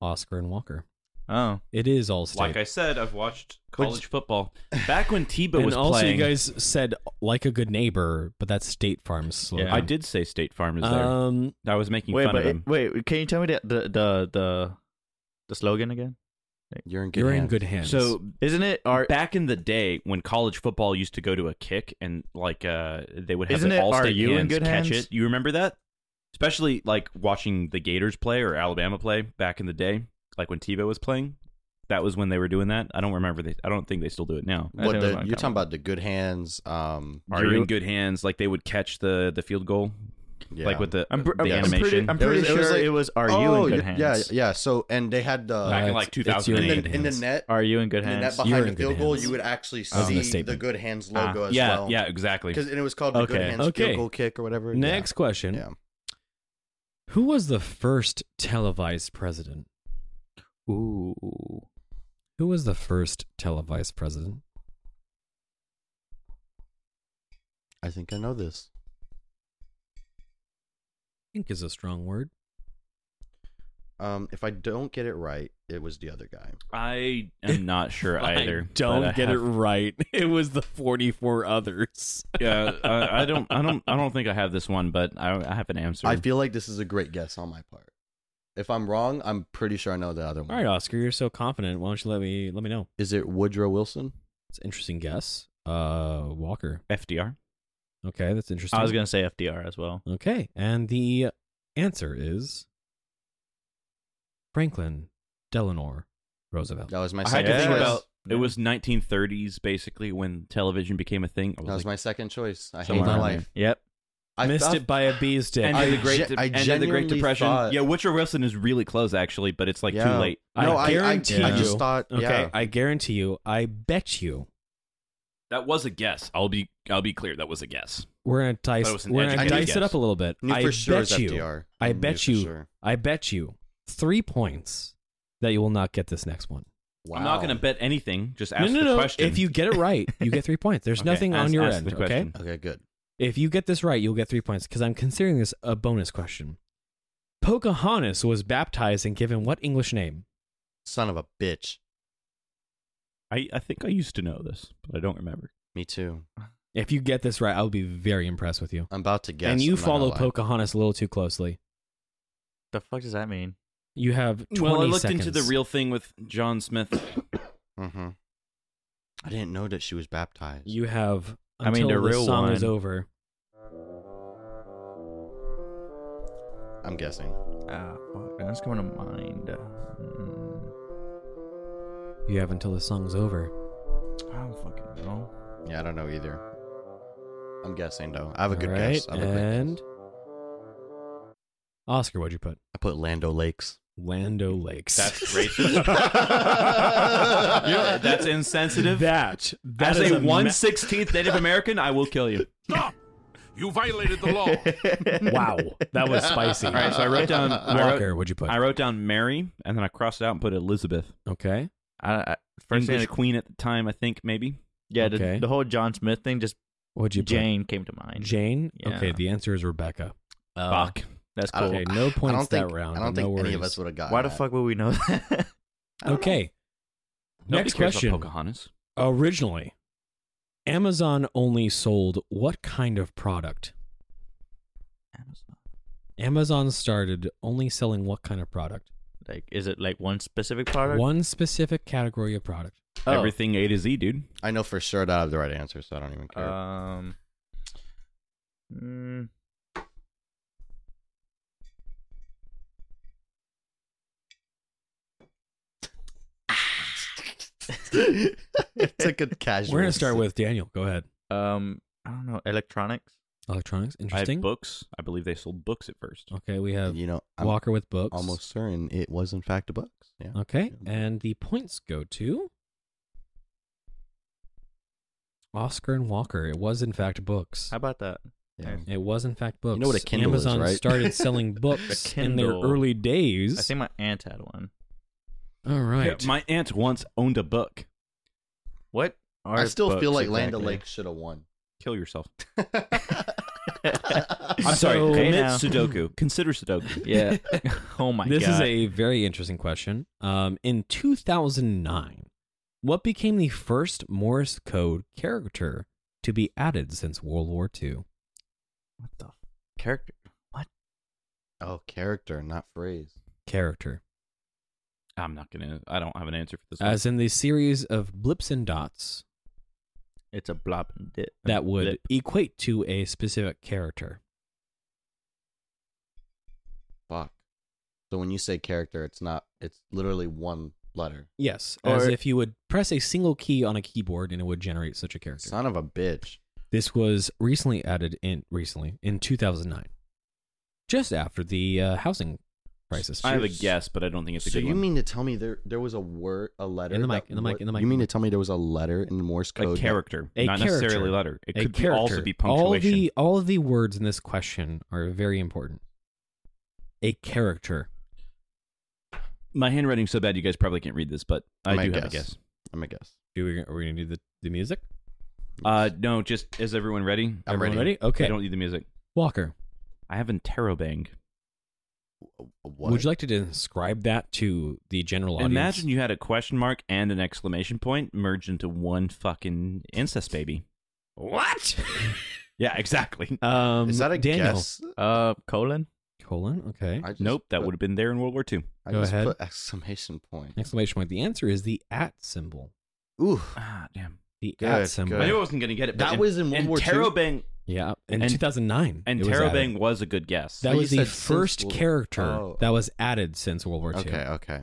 Speaker 2: Oscar and Walker.
Speaker 4: Oh.
Speaker 2: It is Allstate.
Speaker 1: Like I said, I've watched college football back when [LAUGHS] Tebow
Speaker 2: and
Speaker 1: was
Speaker 2: also,
Speaker 1: playing.
Speaker 2: you guys said like a good neighbor, but that's State Farm's slogan.
Speaker 4: Yeah.
Speaker 1: I did say State Farm is there.
Speaker 2: Um,
Speaker 1: I was making
Speaker 4: Wait,
Speaker 1: fun
Speaker 4: but
Speaker 1: of him.
Speaker 4: it- wait. Can you tell me the the the the, the slogan again?
Speaker 3: You're in good.
Speaker 2: you're in
Speaker 3: hands.
Speaker 2: good hands.
Speaker 1: So
Speaker 4: Isn't it our?
Speaker 1: back in the day when college football used to go to a kick and like uh they would have
Speaker 4: Isn't
Speaker 1: the
Speaker 4: it,
Speaker 1: all
Speaker 4: "Are
Speaker 1: state
Speaker 4: you in
Speaker 1: hands
Speaker 4: good
Speaker 1: catch
Speaker 4: hands?"
Speaker 1: it. You remember that? Especially like watching the Gators play or Alabama play back in the day, like when Tebow was playing. That was when they were doing that. I don't remember. They, I don't think they still do it now.
Speaker 4: I
Speaker 3: What
Speaker 4: think it was
Speaker 3: the,
Speaker 4: not
Speaker 3: you're
Speaker 4: common.
Speaker 3: talking about the good hands. Um,
Speaker 1: Are you in good hands? Like they would catch the the field goal.
Speaker 3: Yeah.
Speaker 1: like with the
Speaker 4: I'm, pr-
Speaker 1: the
Speaker 4: I'm
Speaker 1: animation.
Speaker 4: Pretty, I'm pretty
Speaker 3: was- it
Speaker 4: sure
Speaker 3: was like-
Speaker 4: it was Are You
Speaker 3: Oh,
Speaker 4: in Good
Speaker 3: yeah,
Speaker 4: Hands?
Speaker 3: Yeah, yeah. So and they had the
Speaker 1: Back in,
Speaker 2: Uh, it's-
Speaker 1: like,
Speaker 2: it's you in
Speaker 1: 2008.
Speaker 3: in
Speaker 2: good
Speaker 3: the, in the
Speaker 2: hands.
Speaker 3: net
Speaker 4: Are You in Good
Speaker 3: in the
Speaker 4: Hands?
Speaker 3: net
Speaker 2: You're in
Speaker 3: behind
Speaker 2: good
Speaker 3: the field goal,
Speaker 2: hands.
Speaker 3: you would actually
Speaker 2: I was gonna
Speaker 3: see
Speaker 2: state
Speaker 3: the
Speaker 2: that.
Speaker 3: good hands
Speaker 1: Ah,
Speaker 3: logo as
Speaker 1: yeah,
Speaker 3: well.
Speaker 1: yeah, exactly.
Speaker 3: Because and it was called the good
Speaker 4: Okay.
Speaker 3: hands
Speaker 2: Okay.
Speaker 3: field goal kick or whatever. Yeah.
Speaker 2: Next question.
Speaker 3: Yeah.
Speaker 2: Who was the first televised president?
Speaker 4: Ooh.
Speaker 2: Who was the first televised president?
Speaker 3: I think I know this.
Speaker 2: I think is a strong word.
Speaker 3: Um, if I don't get it right, it was the other guy.
Speaker 1: I am not sure
Speaker 4: [LAUGHS]
Speaker 1: either. but I have-
Speaker 2: right. [LAUGHS] It was the 44 others.
Speaker 1: Yeah, I, I don't, I don't, I don't think I have this one, but I, I have an answer.
Speaker 3: I feel like this is a great guess on my part. If I'm wrong, I'm pretty sure I know the other one.
Speaker 2: All right, Oscar, you're so confident. Why don't you let me let me know?
Speaker 3: Is it Woodrow Wilson?
Speaker 2: It's an interesting guess. Uh, Walker.
Speaker 1: FDR.
Speaker 2: Okay, that's interesting.
Speaker 4: I was gonna say FDR as well.
Speaker 2: Okay, and the answer is Franklin Delano Roosevelt.
Speaker 3: That was my
Speaker 1: I had
Speaker 3: second
Speaker 1: to think
Speaker 3: choice.
Speaker 1: about. It was 1930s, basically, when television became a thing. I was
Speaker 3: that was
Speaker 1: like,
Speaker 3: my second choice. I hate
Speaker 1: somewhere
Speaker 3: my
Speaker 1: around
Speaker 3: life.
Speaker 4: Yep.
Speaker 3: I
Speaker 2: Missed
Speaker 3: thought-
Speaker 2: it by a bee's dick.
Speaker 1: End
Speaker 3: I
Speaker 1: of the Great,
Speaker 3: gen-
Speaker 1: De-
Speaker 3: I
Speaker 1: end of the Great
Speaker 3: genuinely
Speaker 1: Depression.
Speaker 3: thought-
Speaker 1: yeah, Woodrow Wilson is really close, actually, but it's like
Speaker 3: Yeah.
Speaker 1: too late.
Speaker 3: No, I, I,
Speaker 2: guarantee
Speaker 3: I,
Speaker 2: you.
Speaker 3: just thought.
Speaker 2: okay,
Speaker 3: yeah.
Speaker 2: I guarantee you. I bet you.
Speaker 1: That was a guess. I'll be, I'll be clear. That was a guess.
Speaker 2: We're gonna dice.
Speaker 1: That was an
Speaker 2: We're gonna
Speaker 1: educated
Speaker 2: dice it
Speaker 1: guess.
Speaker 2: up a little bit.
Speaker 3: Knew
Speaker 2: I
Speaker 3: for sure
Speaker 2: bet
Speaker 3: it was
Speaker 2: you.
Speaker 3: FDR.
Speaker 2: I
Speaker 3: Knew
Speaker 2: bet
Speaker 3: for
Speaker 2: you.
Speaker 3: sure.
Speaker 2: I bet you three points that you will not get this next one.
Speaker 3: Wow.
Speaker 1: I'm not going to bet anything. Just ask
Speaker 2: no, no,
Speaker 1: the
Speaker 2: no.
Speaker 1: question.
Speaker 2: If you get it right, you get three points. There's
Speaker 1: [LAUGHS] Okay,
Speaker 2: nothing on
Speaker 1: ask-
Speaker 2: your
Speaker 1: ask
Speaker 2: end.
Speaker 1: the
Speaker 2: Okay.
Speaker 1: question.
Speaker 3: Okay, good.
Speaker 2: If you get this right, you'll get three points because I'm considering this a bonus question. Pocahontas was baptized and given what English name?
Speaker 3: Son of a bitch.
Speaker 1: I, I think I used to know this, but I don't remember.
Speaker 3: Me too.
Speaker 2: If you get this right, I'll be very impressed with you.
Speaker 3: I'm about to guess.
Speaker 2: and you
Speaker 3: I'm not gonna
Speaker 2: follow
Speaker 3: lie.
Speaker 2: Pocahontas a little too closely.
Speaker 4: The fuck does that mean?
Speaker 2: You have 20
Speaker 1: Well, I looked
Speaker 2: seconds.
Speaker 1: into the real thing with John Smith.
Speaker 3: Mhm. I didn't know that she was baptized.
Speaker 2: You have.
Speaker 4: I mean,
Speaker 2: Until
Speaker 4: the real
Speaker 2: song
Speaker 4: one.
Speaker 2: is over.
Speaker 3: I'm guessing.
Speaker 4: Ah, fuck. That's coming to mind. Uh, Mm,
Speaker 2: You have until the song's over.
Speaker 4: I don't fucking know.
Speaker 3: Yeah, I don't know either. I'm guessing though. I have a good
Speaker 2: All right,
Speaker 3: guess. I have a great
Speaker 2: and
Speaker 3: guess.
Speaker 2: Oscar, what'd you put?
Speaker 3: I put Lando
Speaker 1: [LAUGHS]
Speaker 3: Lakes.
Speaker 2: Lando Lakes.
Speaker 1: That's
Speaker 2: [LAUGHS]
Speaker 1: racist. You know, that's insensitive.
Speaker 2: that. That
Speaker 1: As
Speaker 2: is
Speaker 1: a
Speaker 2: ma-
Speaker 1: one sixteenth
Speaker 2: [LAUGHS]
Speaker 1: Native American, I will kill you.
Speaker 5: Stop! You violated the law.
Speaker 2: [LAUGHS] wow, that was spicy.
Speaker 1: All right, so I wrote down I
Speaker 2: Walker,
Speaker 1: wrote,
Speaker 2: what'd you put?
Speaker 1: I wrote down Mary, and then I crossed it out and put Elizabeth,
Speaker 2: okay.
Speaker 4: I, I, first thing
Speaker 1: English
Speaker 4: that-
Speaker 1: queen at the time, I think maybe.
Speaker 4: yeah, the-
Speaker 2: Okay.
Speaker 4: the, whole John Smith thing, just
Speaker 2: What'd you put?
Speaker 4: Jane came to mind.
Speaker 2: Jane.
Speaker 4: Yeah.
Speaker 2: Okay, the answer is Rebecca. Uh,
Speaker 1: Fuck.
Speaker 4: That's
Speaker 3: Uh, I don't-
Speaker 4: cool.
Speaker 2: Okay, no
Speaker 3: I
Speaker 2: points
Speaker 3: don't
Speaker 2: that
Speaker 3: think-
Speaker 2: round,
Speaker 3: I don't
Speaker 2: no
Speaker 3: think any of
Speaker 2: worries.
Speaker 3: us would have gotten.
Speaker 4: Why the
Speaker 3: that.
Speaker 4: fuck would we know that?
Speaker 2: Okay.
Speaker 1: Nobody
Speaker 2: Next
Speaker 1: cares about
Speaker 2: question.
Speaker 1: Pocahontas.
Speaker 2: Originally, Amazon only sold what kind of product?
Speaker 4: Amazon.
Speaker 2: Amazon started only selling what kind of product?
Speaker 4: Like, is it like one specific product?
Speaker 2: One specific category of product.
Speaker 4: Oh.
Speaker 1: Everything A to Z, dude.
Speaker 3: I know for sure that I have the right answer, so I don't even care.
Speaker 1: Uh.
Speaker 3: [LAUGHS]
Speaker 4: Um. mm,
Speaker 3: it took a
Speaker 1: [LAUGHS]
Speaker 3: casual.
Speaker 2: We're gonna start with Daniel. Go ahead.
Speaker 4: um. I don't know. Electronics.
Speaker 2: Electronics.
Speaker 1: I had
Speaker 2: Interesting.
Speaker 1: books. I believe they sold books at first.
Speaker 2: Okay, we have
Speaker 3: You know, I'm
Speaker 2: Walker with uh, books.
Speaker 3: almost certain it was in fact a book. Yeah.
Speaker 2: Okay, and the points go to Oscar and Walker. It was in fact books.
Speaker 4: How about that?
Speaker 3: Yeah.
Speaker 2: It was in fact books.
Speaker 3: know what a Kindle is,
Speaker 2: Amazon
Speaker 3: right? [LAUGHS]
Speaker 2: started selling
Speaker 3: A
Speaker 2: books in their
Speaker 4: Kindle.
Speaker 2: early days.
Speaker 4: I think my aunt had one.
Speaker 2: All right.
Speaker 1: Yeah, my aunt once owned a book.
Speaker 4: What?
Speaker 3: I
Speaker 4: are
Speaker 3: still feel
Speaker 4: books
Speaker 3: like Land
Speaker 4: exactly?
Speaker 3: Lake should have
Speaker 1: [LAUGHS]
Speaker 3: won. [LAUGHS]
Speaker 2: [LAUGHS]
Speaker 1: Kill yourself.
Speaker 2: I'm
Speaker 1: I'm
Speaker 2: sorry,
Speaker 1: sorry.
Speaker 2: So- commit
Speaker 1: Commit Sudoku. Consider
Speaker 4: [LAUGHS]
Speaker 1: Sudoku.
Speaker 4: Yeah.
Speaker 3: [LAUGHS]
Speaker 4: oh my
Speaker 2: this
Speaker 4: god.
Speaker 2: is a very interesting question. Um, in 2009, what became the first Morse code character to be added since World War II?
Speaker 4: what the f- character. What?
Speaker 3: Oh, character, not phrase.
Speaker 2: Character,
Speaker 1: I'm not gonna. I don't have an answer for this.
Speaker 2: as in the series of blips and dots
Speaker 4: It's a blob and dip.
Speaker 2: that would
Speaker 4: Blip.
Speaker 2: equate to a specific character.
Speaker 3: Fuck. So when you say character, it's not. It's literally one letter.
Speaker 2: Yes,
Speaker 4: Or-
Speaker 2: as if you would press a single key on a keyboard and it would generate such a character.
Speaker 3: Son of a bitch.
Speaker 2: This was recently added in recently in 2009. just after the uh, housing crisis.
Speaker 1: I have a guess, but I don't think it's a
Speaker 3: so
Speaker 1: good
Speaker 3: you
Speaker 1: one.
Speaker 3: mean to tell me there there was a word a letter
Speaker 2: In the mic,
Speaker 3: that
Speaker 2: in the mic,
Speaker 3: wa-
Speaker 2: in the mic.
Speaker 3: You mean to tell me there was a letter in Morse
Speaker 1: a
Speaker 3: code? that-
Speaker 1: character,
Speaker 2: A
Speaker 1: not necessarily
Speaker 2: character.
Speaker 1: letter. It
Speaker 2: A
Speaker 1: could be also
Speaker 2: character.
Speaker 1: be
Speaker 2: All
Speaker 1: punctuation.
Speaker 2: the all of the words in this question are very important. A character.
Speaker 1: My handwriting's so bad, you guys probably can't read this, but I
Speaker 3: My
Speaker 1: do have a
Speaker 3: guess.
Speaker 1: guess.
Speaker 3: I'm a guess.
Speaker 2: Do we, are we gonna do the, the music?
Speaker 1: Uh, no, just is everyone ready?
Speaker 3: I'm
Speaker 2: Everyone
Speaker 3: ready.
Speaker 2: Okay.
Speaker 1: I don't need the music.
Speaker 2: Walker,
Speaker 1: I have interrobang.
Speaker 3: What?
Speaker 2: would you like to describe that to the general audience?
Speaker 1: Imagine you had a question mark and an exclamation point merged into one fucking incest baby.
Speaker 2: what?
Speaker 1: [LAUGHS] Yeah, exactly.
Speaker 2: um,
Speaker 3: Is that a
Speaker 2: Daniel. Eh?
Speaker 3: guess?
Speaker 4: Uh, colon.
Speaker 2: Colon. Okay.
Speaker 3: I just
Speaker 1: nope, that
Speaker 3: put-
Speaker 1: would have been there in World War II.
Speaker 3: I
Speaker 2: Go
Speaker 3: just
Speaker 2: ahead.
Speaker 3: put [LAUGHS] exclamation point.
Speaker 2: Exclamation point. The answer is the at symbol.
Speaker 3: Ooh,
Speaker 1: Ah, damn.
Speaker 2: The
Speaker 3: Good,
Speaker 2: at
Speaker 3: good.
Speaker 2: symbol.
Speaker 1: I knew I wasn't gonna get it. but
Speaker 3: That
Speaker 1: in-
Speaker 3: was in World War II?
Speaker 1: Interrobang,
Speaker 2: Yeah, in
Speaker 1: And-
Speaker 2: 2009. it was
Speaker 1: Interrobang
Speaker 2: added.
Speaker 1: was, a good guess.
Speaker 2: That
Speaker 3: Oh, you
Speaker 2: was the
Speaker 3: said since
Speaker 2: first
Speaker 3: World-
Speaker 2: character
Speaker 3: Oh.
Speaker 2: that was added since World War II.
Speaker 3: okay, okay.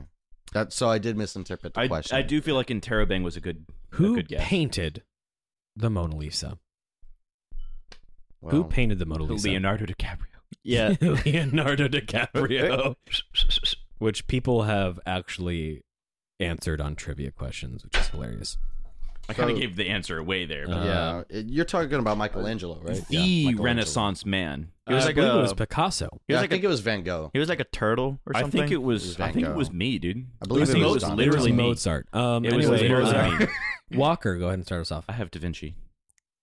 Speaker 3: That so I did misinterpret the
Speaker 1: I,
Speaker 3: question.
Speaker 1: I do feel like Interrobang was a good a
Speaker 2: Who
Speaker 1: good guess.
Speaker 2: painted the Mona Lisa?
Speaker 3: Well,
Speaker 2: Who painted the Mona Lisa? [LAUGHS]
Speaker 1: Leonardo DiCaprio.
Speaker 4: Yeah.
Speaker 2: Leonardo
Speaker 3: [LAUGHS]
Speaker 2: DiCaprio. which people have actually answered on trivia questions, which is hilarious.
Speaker 1: I kind of
Speaker 3: So-
Speaker 1: gave the answer away there. but-
Speaker 2: Uh,
Speaker 3: Yeah, it- you're talking about Michelangelo, right?
Speaker 1: the
Speaker 3: Yeah, Michelangelo.
Speaker 1: Renaissance man. Uh,
Speaker 4: It was
Speaker 2: Uh, I
Speaker 4: like
Speaker 2: believe
Speaker 4: a-
Speaker 2: it was Picasso.
Speaker 4: was
Speaker 3: Yeah, I
Speaker 4: like
Speaker 3: think
Speaker 4: a-
Speaker 3: it was Van Gogh.
Speaker 4: He was like a turtle or
Speaker 1: I
Speaker 4: something.
Speaker 1: think it was.
Speaker 3: Van
Speaker 1: I think it
Speaker 3: Gogh.
Speaker 1: was me, dude.
Speaker 3: I believe
Speaker 1: it
Speaker 3: it
Speaker 1: was,
Speaker 3: was Donatello.
Speaker 1: literally
Speaker 2: it was
Speaker 1: me.
Speaker 2: Mozart. Um,
Speaker 1: It was
Speaker 2: anyway,
Speaker 1: literally
Speaker 2: uh,
Speaker 1: me.
Speaker 2: Walker, go ahead and start us off.
Speaker 1: I have Da Vinci.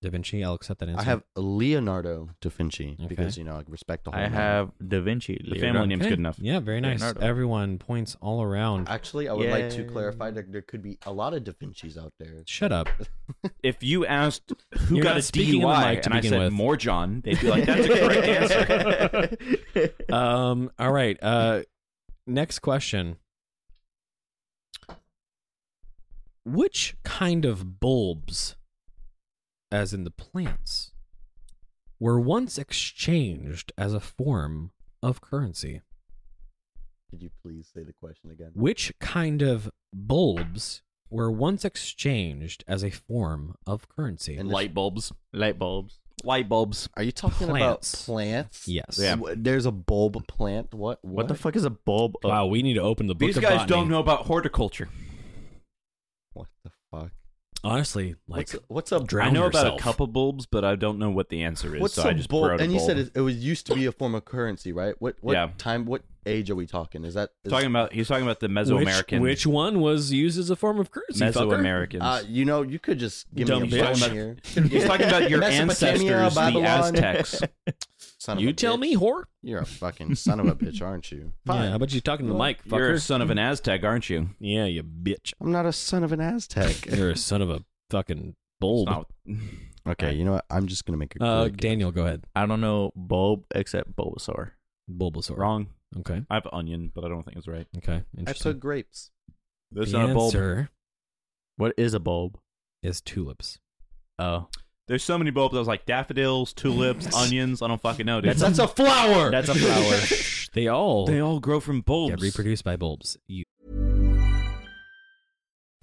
Speaker 2: Da Vinci, I'll accept that answer.
Speaker 3: I have Leonardo da Vinci
Speaker 2: Okay.
Speaker 3: because you know I respect the whole.
Speaker 4: I
Speaker 3: man.
Speaker 4: have Da Vinci.
Speaker 1: The family name's
Speaker 2: Okay.
Speaker 1: good enough.
Speaker 2: Yeah, very nice.
Speaker 4: Leonardo.
Speaker 2: Everyone points all around.
Speaker 3: Actually, I would like to
Speaker 4: Yay.
Speaker 3: clarify that there could be a lot of da Vinci's out there.
Speaker 2: Shut up.
Speaker 1: If you asked who
Speaker 2: You're
Speaker 1: got
Speaker 2: not
Speaker 1: a
Speaker 2: speaking in the
Speaker 1: DUI
Speaker 2: mic to
Speaker 1: and I
Speaker 2: begin
Speaker 1: said
Speaker 2: with.
Speaker 1: more John, they'd be like, "That's a
Speaker 3: [LAUGHS]
Speaker 1: correct answer."
Speaker 2: um, all right. Uh, next question. Which kind of bulbs, as in the plants, were once exchanged as a form of currency?
Speaker 3: Could you please say the question again?
Speaker 2: Which kind of bulbs were once exchanged as a form of currency?
Speaker 3: And-
Speaker 1: Light bulbs.
Speaker 4: Light bulbs.
Speaker 1: Light bulbs.
Speaker 3: Are you talking
Speaker 2: Plants.
Speaker 3: about plants?
Speaker 2: Yes.
Speaker 3: Yeah. There's a bulb plant. What? What,
Speaker 4: What? the fuck is a bulb? of-
Speaker 2: Wow, we need to open the book
Speaker 1: These
Speaker 2: of
Speaker 1: guys
Speaker 2: botany.
Speaker 1: don't know about horticulture.
Speaker 3: What the fuck?
Speaker 2: Honestly, like
Speaker 3: What's a- what's a-
Speaker 2: drown
Speaker 1: I know about
Speaker 2: yourself.
Speaker 1: a couple bulbs, but I don't know what the answer is.
Speaker 3: What's
Speaker 1: so
Speaker 3: a
Speaker 1: I just
Speaker 3: bulb?
Speaker 1: wrote a
Speaker 3: And you said
Speaker 1: bulb.
Speaker 3: it, it was used to be a form of currency, right? What? What
Speaker 1: Yeah.
Speaker 3: time? What age are we talking? Is that is, uh,
Speaker 1: talking about he's talking about the Mesoamerican,
Speaker 2: Which, which one was used as a form of currency? fucker?
Speaker 1: Mesoamericans.
Speaker 3: Uh, you know, you could just give
Speaker 1: Dumb
Speaker 3: me
Speaker 1: bitch.
Speaker 3: a phone here.
Speaker 1: he's talking about [LAUGHS] your
Speaker 3: Mesopotamia,
Speaker 1: ancestors, the
Speaker 2: [LAUGHS]
Speaker 3: Babylon.
Speaker 1: Aztecs.
Speaker 3: [LAUGHS] Son of
Speaker 2: You
Speaker 3: a
Speaker 2: tell
Speaker 3: bitch.
Speaker 2: me, whore.
Speaker 3: You're a fucking son of a bitch, aren't
Speaker 1: [LAUGHS]
Speaker 3: you?
Speaker 2: Yeah, how about you talking to the mic,
Speaker 1: You're a
Speaker 2: fucker?
Speaker 1: son of an Aztec, aren't you?
Speaker 2: yeah, you bitch.
Speaker 3: I'm not a son of an
Speaker 1: [LAUGHS]
Speaker 3: Aztec.
Speaker 2: [LAUGHS] You're a son of a fucking bulb.
Speaker 1: It's not-
Speaker 3: okay, you know what? I'm just gonna make a
Speaker 2: Uh,
Speaker 3: quick-
Speaker 2: Daniel, go ahead.
Speaker 4: I don't know bulb except Bulbasaur.
Speaker 2: Bulbasaur.
Speaker 1: Wrong.
Speaker 2: Okay.
Speaker 1: I have onion, but I don't think it's right.
Speaker 2: Okay.
Speaker 3: I put
Speaker 2: Interesting.
Speaker 3: grapes.
Speaker 1: That's
Speaker 2: the
Speaker 1: not a bulb.
Speaker 2: answer
Speaker 4: What is a bulb?
Speaker 2: is tulips.
Speaker 4: Oh,
Speaker 1: There's so many bulbs. I was like daffodils, tulips, onions. I don't fucking know, dude.
Speaker 3: That's, a flower.
Speaker 4: that's a flower.
Speaker 2: [LAUGHS] They all
Speaker 1: they all grow from bulbs.
Speaker 2: get reproduced by bulbs. You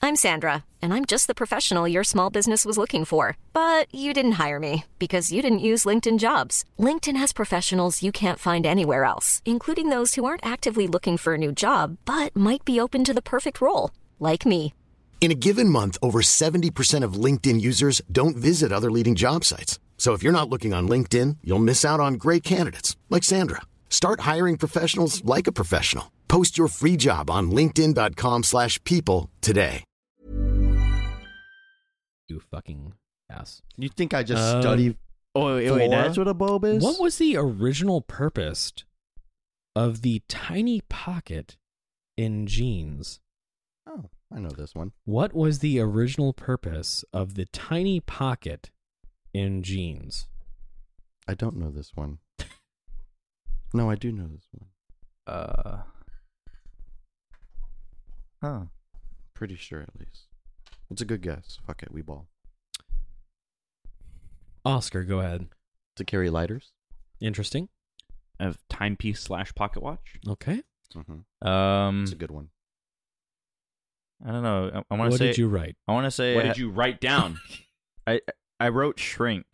Speaker 6: I'm Sandra, and I'm just the professional your small business was looking for. But you didn't hire me because you didn't use LinkedIn jobs. LinkedIn has professionals you can't find anywhere else, including those who aren't actively looking for a new job but might be open to the perfect role, like me.
Speaker 7: In a given month, over 70% of LinkedIn users don't visit other leading job sites. So if you're not looking on LinkedIn, you'll miss out on great candidates like Sandra. Start hiring professionals like a professional. Post your free job on linkedin.com/people slash people today.
Speaker 2: you fucking ass.
Speaker 3: You think I just
Speaker 2: Um,
Speaker 3: study?
Speaker 4: Uh, Oh, wait,
Speaker 3: Flora?
Speaker 4: wait, that's what a bulb is.
Speaker 2: What was the original purpose of the tiny pocket in jeans?
Speaker 3: Oh, I know this one.
Speaker 2: What was the original purpose of the tiny pocket in jeans?
Speaker 3: I don't know this [LAUGHS] one. No, I do know this one.
Speaker 4: Uh. Huh.
Speaker 3: Pretty sure, at least. It's a good guess. Fuck it, we ball.
Speaker 2: Oscar, go ahead.
Speaker 3: To carry lighters.
Speaker 2: Interesting.
Speaker 1: Of timepiece slash pocket watch.
Speaker 2: Okay.
Speaker 3: Mm-hmm.
Speaker 4: Um.
Speaker 3: It's a good [GASPS] one.
Speaker 4: I don't know. I, I want to
Speaker 2: what
Speaker 4: say.
Speaker 2: did you write?
Speaker 4: I want to say.
Speaker 1: What did you
Speaker 2: [LAUGHS]
Speaker 1: write down?
Speaker 4: I I wrote shrink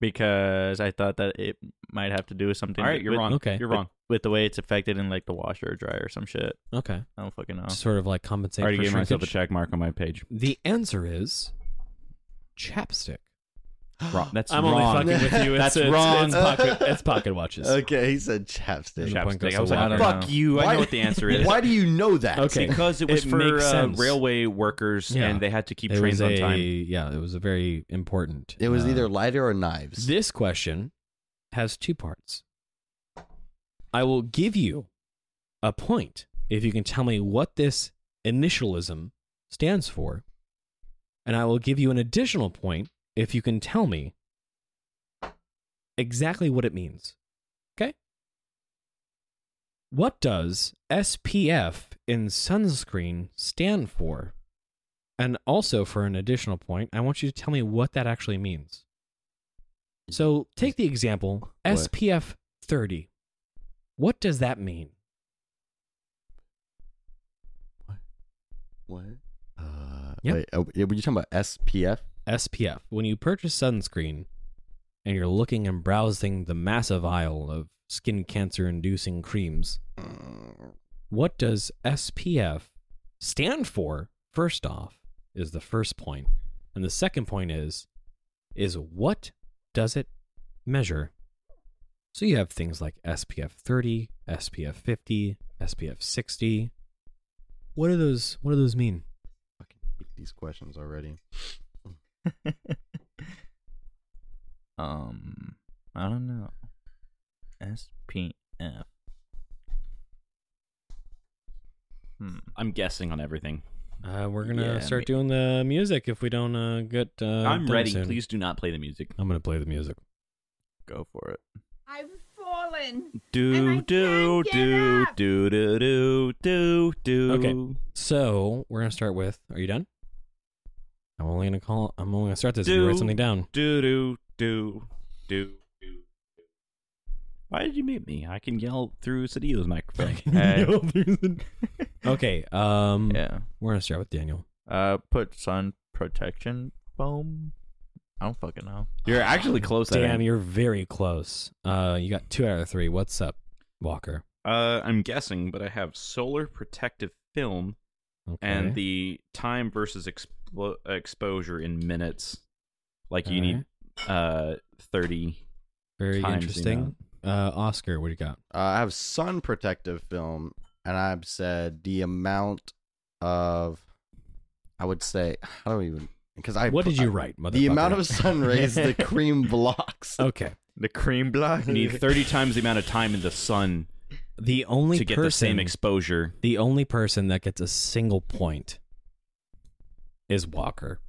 Speaker 4: because I thought that it might have to do with something.
Speaker 1: All right, you're
Speaker 4: with-
Speaker 1: wrong.
Speaker 2: okay.
Speaker 1: you're wrong.
Speaker 4: With the way it's affected in like the washer or dryer or some shit.
Speaker 2: Okay.
Speaker 4: I don't fucking know.
Speaker 2: Sort of like compensate
Speaker 1: I Oh. already
Speaker 2: for
Speaker 1: gave myself a
Speaker 2: shrinkage.
Speaker 1: check mark on my page.
Speaker 2: The answer is chapstick.
Speaker 4: [GASPS]
Speaker 1: Wrong. That's
Speaker 2: I'm
Speaker 1: wrong.
Speaker 2: only fucking
Speaker 4: [LAUGHS]
Speaker 1: [LAUGHS]
Speaker 2: with you. It's,
Speaker 4: That's
Speaker 2: it's,
Speaker 4: wrong.
Speaker 2: It's
Speaker 3: [LAUGHS]
Speaker 2: pocket, it's pocket watches.
Speaker 3: Okay, he said chapstick.
Speaker 2: The
Speaker 1: Chapstick.
Speaker 2: point goes
Speaker 1: I was
Speaker 2: to
Speaker 1: like,
Speaker 4: water.
Speaker 1: fuck
Speaker 4: Fuck
Speaker 1: you. I
Speaker 3: Why-
Speaker 1: know what the [LAUGHS] answer is.
Speaker 3: Why do you know that?
Speaker 2: Okay.
Speaker 1: Because it was
Speaker 2: It
Speaker 1: for
Speaker 2: makes
Speaker 1: uh,
Speaker 2: sense.
Speaker 1: railway workers
Speaker 2: Yeah.
Speaker 1: and they had to keep
Speaker 2: It was
Speaker 1: trains on
Speaker 2: a-
Speaker 1: time.
Speaker 2: Yeah, it was a very important.
Speaker 3: It was
Speaker 2: uh,
Speaker 3: either lighter or knives.
Speaker 2: This question has two parts. I will give you a point if you can tell me what this initialism stands for, and I will give you an additional point if you can tell me exactly what it means. Okay? What does SPF in sunscreen stand for? And also, for an additional point, I want you to tell me what that actually means. So take the example
Speaker 3: What?
Speaker 2: SPF 30. What does that mean?
Speaker 3: What? Uh,
Speaker 2: Yeah.
Speaker 3: Wait, uh, were you talking about SPF?
Speaker 2: SPF. When you purchase sunscreen and you're looking and browsing the massive aisle of skin cancer inducing creams, what does SPF stand for? First off, is the first point. And the second point is is what does it measure? So you have things like SPF 30, SPF 50, SPF 60. What are those what do those mean?
Speaker 3: Fucking hate these questions already.
Speaker 4: Um, I don't know. SPF. Hmm.
Speaker 1: I'm guessing on everything.
Speaker 2: Uh, we're gonna
Speaker 4: Yeah,
Speaker 2: start
Speaker 4: ma-
Speaker 2: doing the music if we don't uh, get. Uh,
Speaker 1: I'm
Speaker 2: done
Speaker 1: ready.
Speaker 2: soon.
Speaker 1: Please do not play the music.
Speaker 2: I'm gonna play the music.
Speaker 4: Go for it.
Speaker 8: I've fallen. And I
Speaker 4: Do
Speaker 8: can't
Speaker 4: do
Speaker 8: get
Speaker 4: do
Speaker 8: up.
Speaker 4: do do do do do.
Speaker 2: Okay. So we're gonna start with. Are you done? I'm only gonna call. I'm only gonna start this. if you
Speaker 1: Do-
Speaker 2: write something down.
Speaker 1: Do do do do do. Why did you mute me? I can yell through Sadio's microphone.
Speaker 2: [LAUGHS]
Speaker 4: Hey.
Speaker 2: okay.
Speaker 1: [LAUGHS]
Speaker 2: Um.
Speaker 4: Yeah.
Speaker 2: We're gonna start with Daniel.
Speaker 4: Uh, put sun protection foam. I don't fucking know.
Speaker 1: You're actually close. I think.
Speaker 2: Damn, you're very close. Uh, you got two out of three. What's up, Walker?
Speaker 1: Uh, I'm guessing, but I have solar protective film
Speaker 2: Okay.
Speaker 1: and the time versus expo- exposure in minutes. Like you
Speaker 2: All
Speaker 1: need uh 30.
Speaker 2: very
Speaker 1: times the
Speaker 2: interesting. Uh, Oscar, what do you got?
Speaker 3: Uh, I have sun protective film, and I've said the amount of, I would say, [SIGHS] I don't even because I.
Speaker 2: What
Speaker 3: put-
Speaker 2: did you
Speaker 3: I-
Speaker 2: write,
Speaker 3: The amount
Speaker 2: motherfucker?
Speaker 3: of sun
Speaker 2: [LAUGHS]
Speaker 3: rays the cream blocks.
Speaker 2: Okay.
Speaker 4: The cream [LAUGHS] block.
Speaker 2: [LAUGHS]
Speaker 1: You need 30 times the amount of time in the sun
Speaker 2: The only
Speaker 1: to get
Speaker 2: person
Speaker 1: the same exposure.
Speaker 2: The only person that gets a single point is Walker.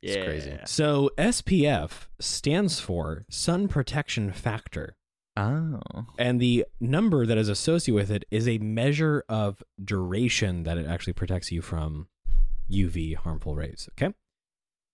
Speaker 3: It's crazy.
Speaker 2: So SPF stands for sun protection factor,
Speaker 4: Oh.
Speaker 2: and the number that is associated with it is a measure of duration that it actually protects you from UV harmful rays. Okay.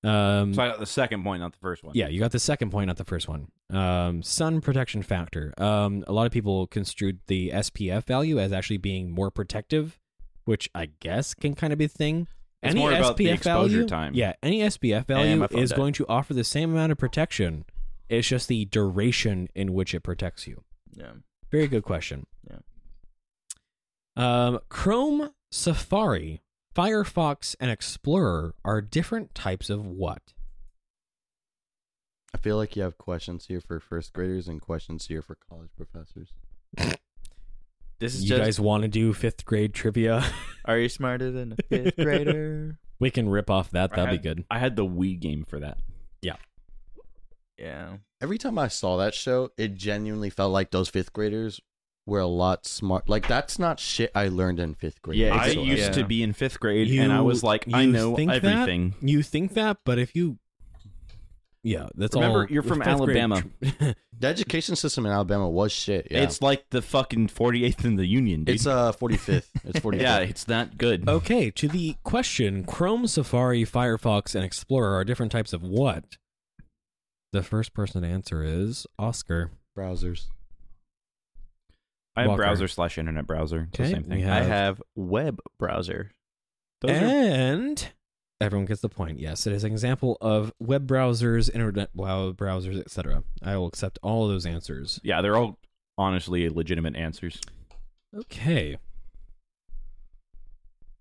Speaker 2: Um,
Speaker 1: So I got the second point, not the first one.
Speaker 2: yeah, you got the second point, not the first one. Um, sun protection factor. Um, a lot of people construed the SPF value as actually being more protective, which I guess can kind of be a thing.
Speaker 1: It's
Speaker 2: any
Speaker 1: more
Speaker 2: SPF
Speaker 1: about the exposure
Speaker 2: value,
Speaker 1: time.
Speaker 2: Yeah, any SPF
Speaker 4: And
Speaker 2: value
Speaker 4: my phone
Speaker 2: is
Speaker 4: died.
Speaker 2: going to offer the same amount of protection. It's just the duration in which it protects you.
Speaker 4: Yeah.
Speaker 2: Very good question.
Speaker 4: Yeah.
Speaker 2: Um, Chrome, Safari, Firefox, and Explorer are different types of what?
Speaker 3: I feel like you have questions here for first graders and questions here for college professors.
Speaker 4: This is
Speaker 2: you
Speaker 4: just.
Speaker 2: guys want to do fifth grade trivia? [LAUGHS]
Speaker 4: are you smarter than a fifth grader?
Speaker 2: We can rip off that.
Speaker 1: I
Speaker 2: That'd be
Speaker 1: had-
Speaker 2: good.
Speaker 1: I had the Wii game for that.
Speaker 4: Yeah.
Speaker 3: Every time I saw that show, it genuinely felt like those fifth graders were a lot smart. Like that's not shit I learned in fifth grade.
Speaker 4: Yeah,
Speaker 1: I
Speaker 4: exactly.
Speaker 3: whatsoever.
Speaker 1: used
Speaker 4: Yeah.
Speaker 1: to be in fifth grade, and I was like, I
Speaker 2: you
Speaker 1: know
Speaker 2: think that?
Speaker 1: everything.
Speaker 2: you think that, but if you, yeah, that's
Speaker 1: Remember,
Speaker 2: all.
Speaker 1: you're from
Speaker 2: fifth grade
Speaker 1: Alabama.
Speaker 2: tr- [LAUGHS]
Speaker 3: The education system in Alabama was shit. Yeah.
Speaker 1: It's like the fucking 48th in the Union, dude.
Speaker 3: It's uh forty fifth.
Speaker 2: [LAUGHS]
Speaker 3: It's forty fifth.
Speaker 1: yeah, it's not good.
Speaker 2: okay, to the question: Chrome, Safari, Firefox, and Explorer are different types of what? The first person to answer is Oscar.
Speaker 3: browsers.
Speaker 1: I have
Speaker 2: Walker.
Speaker 1: browser slash internet browser. It's the
Speaker 2: Okay,
Speaker 1: same
Speaker 2: we
Speaker 1: thing.
Speaker 2: have- Eh.
Speaker 4: I have web browser. Those are
Speaker 2: and Everyone gets the point. Yes, it is an example of web browsers, internet web browsers, etc. I will accept all of those answers.
Speaker 1: Yeah, they're all honestly legitimate answers.
Speaker 2: Okay.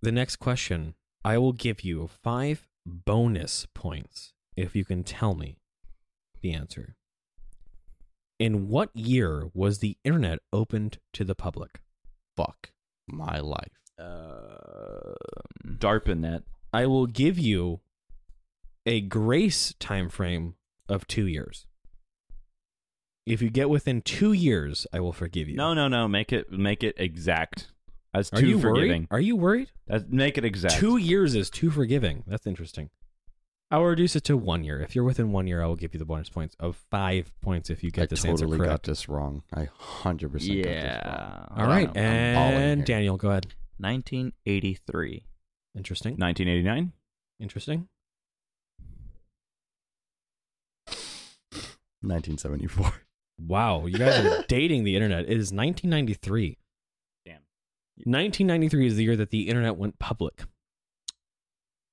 Speaker 2: The next question I will give you five bonus points if you can tell me the answer. In what year was the internet opened to the public?
Speaker 3: Fuck my life.
Speaker 1: Uh, DARPANET.
Speaker 2: I will give you a grace time frame of two years. If you get within two years, I will forgive you.
Speaker 1: No, no, no. Make it make it exact. That's
Speaker 2: Are
Speaker 1: too
Speaker 2: you
Speaker 1: forgiving.
Speaker 2: worried? Are you worried?
Speaker 1: That's, make it exact.
Speaker 2: Two years is too forgiving. That's interesting. I will reduce it to one year. If you're within one year, I will give you the bonus points of five points if you get
Speaker 3: I
Speaker 2: this
Speaker 3: totally
Speaker 2: answer
Speaker 3: got
Speaker 2: correct.
Speaker 3: this wrong. I hundred percent got this wrong.
Speaker 4: Yeah.
Speaker 2: All right,
Speaker 3: I'm- I'm balling
Speaker 2: and
Speaker 3: here.
Speaker 2: Daniel, go ahead.
Speaker 4: 1983.
Speaker 2: Interesting.
Speaker 1: 1989.
Speaker 2: Interesting.
Speaker 3: 1974.
Speaker 2: Wow, you guys
Speaker 3: [LAUGHS]
Speaker 2: are dating the internet. It is 1993.
Speaker 1: Damn.
Speaker 2: 1993 is the year that the internet went public.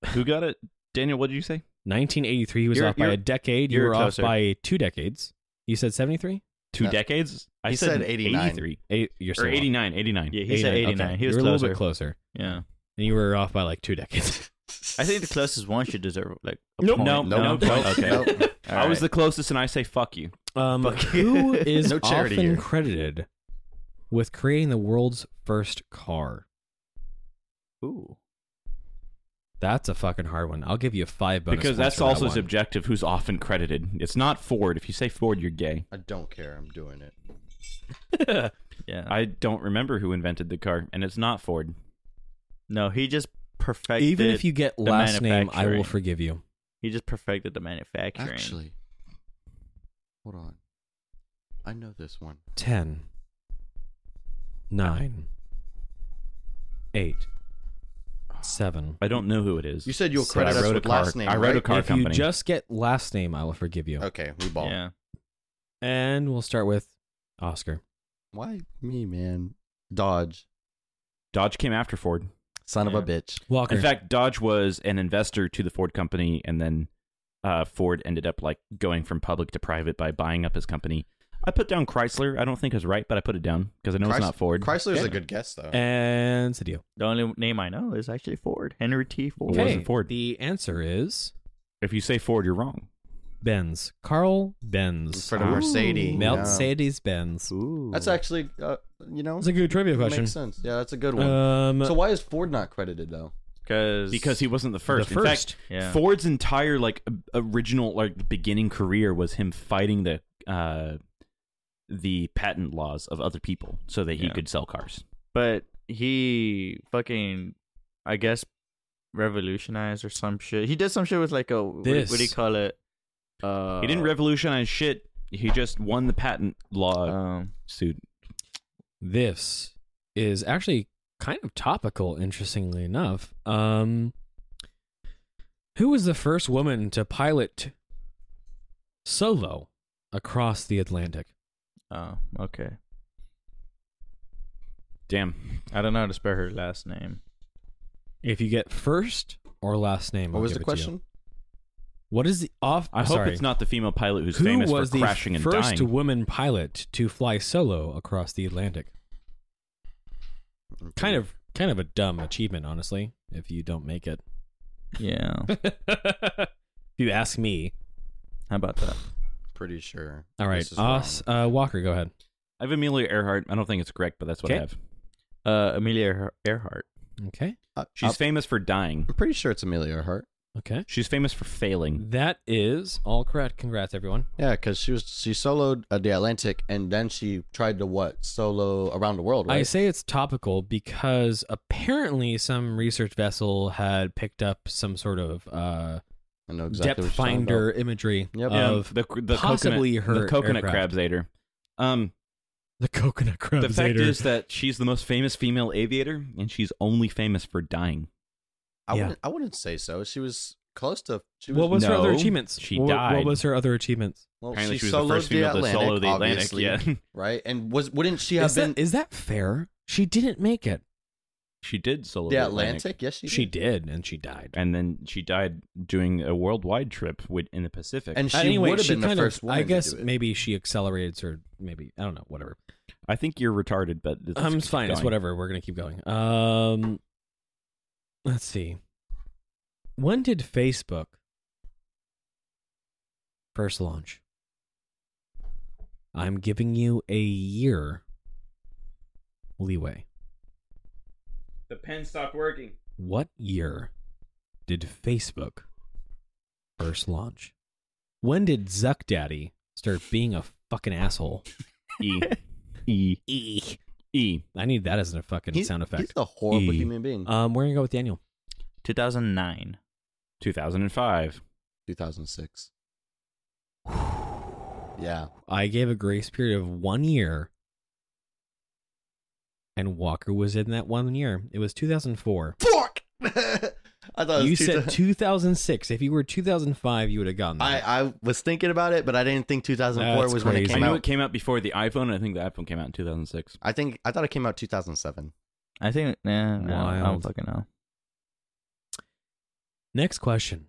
Speaker 1: Who got it? Daniel, what did you say?
Speaker 2: 1983 was
Speaker 1: You're-
Speaker 2: off by
Speaker 1: you're-
Speaker 2: a decade. You
Speaker 4: you're
Speaker 2: were off
Speaker 4: closer.
Speaker 2: by two decades. You said 73?
Speaker 1: Two
Speaker 3: No.
Speaker 1: decades? I
Speaker 3: He said 89.
Speaker 1: 83.
Speaker 2: Eight, you're
Speaker 1: Or
Speaker 2: still off.
Speaker 1: 89, 89.
Speaker 4: Yeah, he said 89.
Speaker 2: okay.
Speaker 4: He was
Speaker 2: you were a little
Speaker 4: closer.
Speaker 2: bit closer.
Speaker 4: Yeah.
Speaker 2: And you were off by like two decades.
Speaker 4: I think the closest one should deserve like a
Speaker 1: Nope.
Speaker 4: point.
Speaker 1: No, no,
Speaker 3: Nope.
Speaker 1: no.
Speaker 3: Okay.
Speaker 1: Nope.
Speaker 3: Nope.
Speaker 4: All
Speaker 1: I was the
Speaker 4: right.
Speaker 1: closest, and I say fuck you.
Speaker 2: Um,
Speaker 3: Fuck.
Speaker 2: who is
Speaker 3: No charity
Speaker 2: often
Speaker 3: here.
Speaker 2: credited with creating the world's first car?
Speaker 4: Ooh.
Speaker 2: That's a fucking hard one. I'll give you five bonus
Speaker 1: because
Speaker 2: points
Speaker 1: that's
Speaker 2: for that
Speaker 1: also
Speaker 2: one.
Speaker 1: subjective who's often credited. It's not Ford. If you say Ford, you're gay.
Speaker 3: I don't care. I'm doing it.
Speaker 4: Yeah.
Speaker 1: I don't remember who invented the car, and it's not Ford.
Speaker 4: no, he just perfected.
Speaker 2: Even if you get
Speaker 4: the
Speaker 2: last name, I will
Speaker 4: manufacturing.
Speaker 2: forgive you.
Speaker 4: He just perfected the manufacturing.
Speaker 3: Actually, hold on. I know this one.
Speaker 2: Ten, nine, eight, seven.
Speaker 1: I don't know who it is.
Speaker 3: You said you'll
Speaker 1: But
Speaker 3: credit
Speaker 1: I
Speaker 3: us
Speaker 1: wrote a
Speaker 3: with
Speaker 1: car-
Speaker 3: last name.
Speaker 1: I wrote a
Speaker 3: right?
Speaker 1: car
Speaker 2: if
Speaker 1: company.
Speaker 2: you just get last name, I will forgive you.
Speaker 3: Okay, we ball.
Speaker 4: yeah.
Speaker 2: And we'll start with Oscar.
Speaker 3: Why me, man? Dodge,
Speaker 1: Dodge came after Ford.
Speaker 3: son of a
Speaker 4: Yeah.
Speaker 3: bitch.
Speaker 2: Walker.
Speaker 1: In fact, Dodge was an investor to the Ford company, and then uh, Ford ended up like going from public to private by buying up his company. I put down Chrysler. I don't think it's right, but I put it down because I know
Speaker 3: Chrys-
Speaker 1: it's not Ford.
Speaker 3: Chrysler's
Speaker 4: Yeah.
Speaker 3: a good guess though.
Speaker 2: and Sadio.
Speaker 4: The only name I know is actually Ford. Henry T. Ford.
Speaker 1: Okay. wasn't Ford.
Speaker 2: The answer is
Speaker 1: If you say Ford, you're wrong.
Speaker 2: Benz. Carl Benz.
Speaker 3: For the Mercedes. Yeah.
Speaker 2: Mercedes Benz.
Speaker 4: Ooh.
Speaker 3: That's actually, uh, you know,
Speaker 2: That's a good trivia question.
Speaker 3: makes sense. Yeah, that's a good one.
Speaker 2: Um,
Speaker 3: so why is Ford not credited though?
Speaker 4: because
Speaker 1: because he wasn't the first.
Speaker 2: The
Speaker 1: In fact,
Speaker 2: first.
Speaker 4: Yeah.
Speaker 1: Ford's entire like o- original like beginning career was him fighting the uh the patent laws of other people so that he
Speaker 4: Yeah.
Speaker 1: could sell cars.
Speaker 4: but he fucking I guess revolutionized or some shit. He did some shit with like a what, do- what do you
Speaker 2: This.
Speaker 4: call it? Uh,
Speaker 1: he didn't revolutionize shit. He just won the patent law
Speaker 4: Um,
Speaker 1: suit.
Speaker 2: this is actually kind of topical, interestingly enough. Um, who was the first woman to pilot solo across the Atlantic?
Speaker 4: oh, okay.
Speaker 1: Damn.
Speaker 4: I don't know how to spell her last name.
Speaker 2: If you get first or last name,
Speaker 3: What
Speaker 2: I'll
Speaker 3: was
Speaker 2: give
Speaker 3: the
Speaker 2: it to you.
Speaker 3: question?
Speaker 2: What is the off?
Speaker 1: I hope
Speaker 2: sorry.
Speaker 1: it's not the female pilot who's
Speaker 2: Who
Speaker 1: famous
Speaker 2: was
Speaker 1: for
Speaker 2: the
Speaker 1: crashing and
Speaker 2: first
Speaker 1: dying.
Speaker 2: woman pilot to fly solo across the Atlantic? Kind of, kind of a dumb achievement, honestly. If you don't make
Speaker 1: [LAUGHS]
Speaker 2: it,
Speaker 4: Yeah.
Speaker 2: if you ask me.
Speaker 4: how about that?
Speaker 3: Pretty sure.
Speaker 2: All right,
Speaker 3: this is wrong.
Speaker 2: Os, uh, Walker, go ahead.
Speaker 1: I have Amelia Earhart. I don't think it's correct, but that's what I
Speaker 2: Okay.
Speaker 1: have.
Speaker 4: Uh, Amelia Ear- Earhart.
Speaker 2: Okay,
Speaker 3: Uh,
Speaker 1: She's
Speaker 3: uh,
Speaker 1: famous for dying.
Speaker 3: I'm pretty sure it's Amelia Earhart.
Speaker 2: okay.
Speaker 1: She's famous for failing.
Speaker 2: That is all correct. Congrats, everyone.
Speaker 3: Yeah, because she was she soloed uh, the Atlantic and then she tried to what solo around the world. Right?
Speaker 2: I say it's topical because apparently some research vessel had picked up some sort of uh,
Speaker 3: I know exactly
Speaker 2: depth
Speaker 3: what you're talking about.
Speaker 2: finder imagery
Speaker 3: Yep. Yeah,
Speaker 2: of
Speaker 1: the, the
Speaker 2: possibly
Speaker 1: coconut,
Speaker 2: her
Speaker 1: the coconut
Speaker 2: aircraft.
Speaker 1: crabs ate her. Um,
Speaker 2: the coconut crab.
Speaker 1: the fact is that she's the most famous female aviator, and she's only famous for dying.
Speaker 3: I
Speaker 2: Yeah.
Speaker 3: wouldn't. I wouldn't say so. She was close to. She was,
Speaker 2: What was her other
Speaker 1: No,
Speaker 2: achievements?
Speaker 1: she
Speaker 2: what, What
Speaker 1: died.
Speaker 2: was her other achievements?
Speaker 3: Well,
Speaker 1: Apparently
Speaker 3: she,
Speaker 1: she was the
Speaker 3: soloed
Speaker 1: first female
Speaker 3: the
Speaker 1: to
Speaker 3: Atlantic,
Speaker 1: solo the Atlantic,
Speaker 3: obviously,
Speaker 1: yeah.
Speaker 3: right. And was wouldn't she have
Speaker 2: is,
Speaker 3: been?
Speaker 2: that, is that fair? She didn't make it.
Speaker 1: She did solo
Speaker 3: The Atlantic? Yes, she did.
Speaker 2: She did, and she died.
Speaker 1: and then she died doing a worldwide trip with, in the Pacific.
Speaker 3: And she
Speaker 2: Uh, anyway,
Speaker 3: would have
Speaker 2: she
Speaker 3: been the
Speaker 2: kind of-
Speaker 3: first woman.
Speaker 2: I
Speaker 3: to
Speaker 2: guess
Speaker 3: do it.
Speaker 2: maybe she accelerates or maybe I don't know, whatever.
Speaker 1: I think you're retarded, but let's
Speaker 2: Um, it's
Speaker 1: keep
Speaker 2: fine. It's
Speaker 1: going.
Speaker 2: whatever. We're gonna keep going. Um, let's see. When did Facebook first launch? I'm giving you a year leeway.
Speaker 1: The pen stopped working.
Speaker 2: What year did Facebook first launch? When did Zuck Daddy start being a fucking asshole?
Speaker 3: [LAUGHS]
Speaker 1: E E E.
Speaker 2: I need that as a fucking
Speaker 3: He's-
Speaker 2: sound
Speaker 3: He's
Speaker 2: effect.
Speaker 3: a horrible
Speaker 1: E.
Speaker 3: human being.
Speaker 2: Um, we're gonna go with Daniel.
Speaker 4: 2009.
Speaker 1: 2005.
Speaker 3: 2006. [SIGHS] yeah.
Speaker 2: I gave a grace period of one year, and Walker was in that one year. It was 2004.
Speaker 3: Fuck! [LAUGHS] I thought it
Speaker 2: You
Speaker 3: was two
Speaker 2: said
Speaker 3: thou-
Speaker 2: 2006. If you were 2005, you would have gotten that.
Speaker 3: I, I was thinking about it, but I didn't think 2004
Speaker 2: That's
Speaker 3: was when it
Speaker 2: crazy.
Speaker 1: I
Speaker 3: came
Speaker 1: know
Speaker 3: out.
Speaker 1: it came out before the iPhone. and I think the iPhone came out in 2006.
Speaker 3: I think I thought it came out 2007.
Speaker 4: I think. Nah, nah, I
Speaker 2: Wild.
Speaker 4: don't fucking know.
Speaker 2: Next question.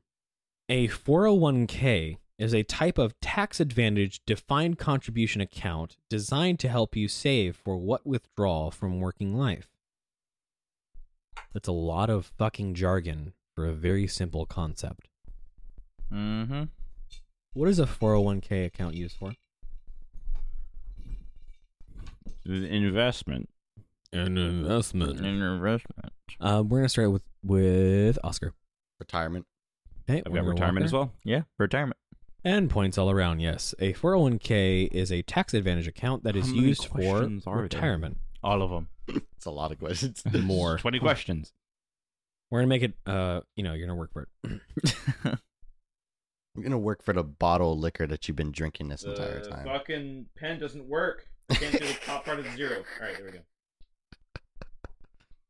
Speaker 2: A 401k is a type of tax advantage defined contribution account designed to help you save for what withdrawal from working life. That's a lot of fucking jargon for a very simple concept.
Speaker 4: Mm-hmm.
Speaker 2: What is a 401k account used for?
Speaker 1: The investment.
Speaker 2: An investment.
Speaker 4: An investment.
Speaker 2: Um, we're gonna start with with Oscar.
Speaker 3: Retirement.
Speaker 2: Okay,
Speaker 1: I've
Speaker 2: we're
Speaker 1: got
Speaker 2: gonna
Speaker 1: retirement
Speaker 2: Walker.
Speaker 1: as well.
Speaker 4: Yeah, retirement.
Speaker 2: And points all around. Yes, a 401k is a tax advantage account that
Speaker 1: How
Speaker 2: is
Speaker 1: many
Speaker 2: used for
Speaker 1: questions are there?
Speaker 2: retirement.
Speaker 4: All of them.
Speaker 3: It's a lot of questions.
Speaker 2: [LAUGHS] More.
Speaker 1: 20 questions.
Speaker 2: We're gonna make it. Uh, you know, you're gonna work for it.
Speaker 3: [LAUGHS]
Speaker 2: [CLEARS THROAT]
Speaker 3: I'm gonna work for the bottle of liquor that you've been drinking this entire time.
Speaker 1: fucking pen doesn't work. I can't do the top part of the zero. All right, there we go.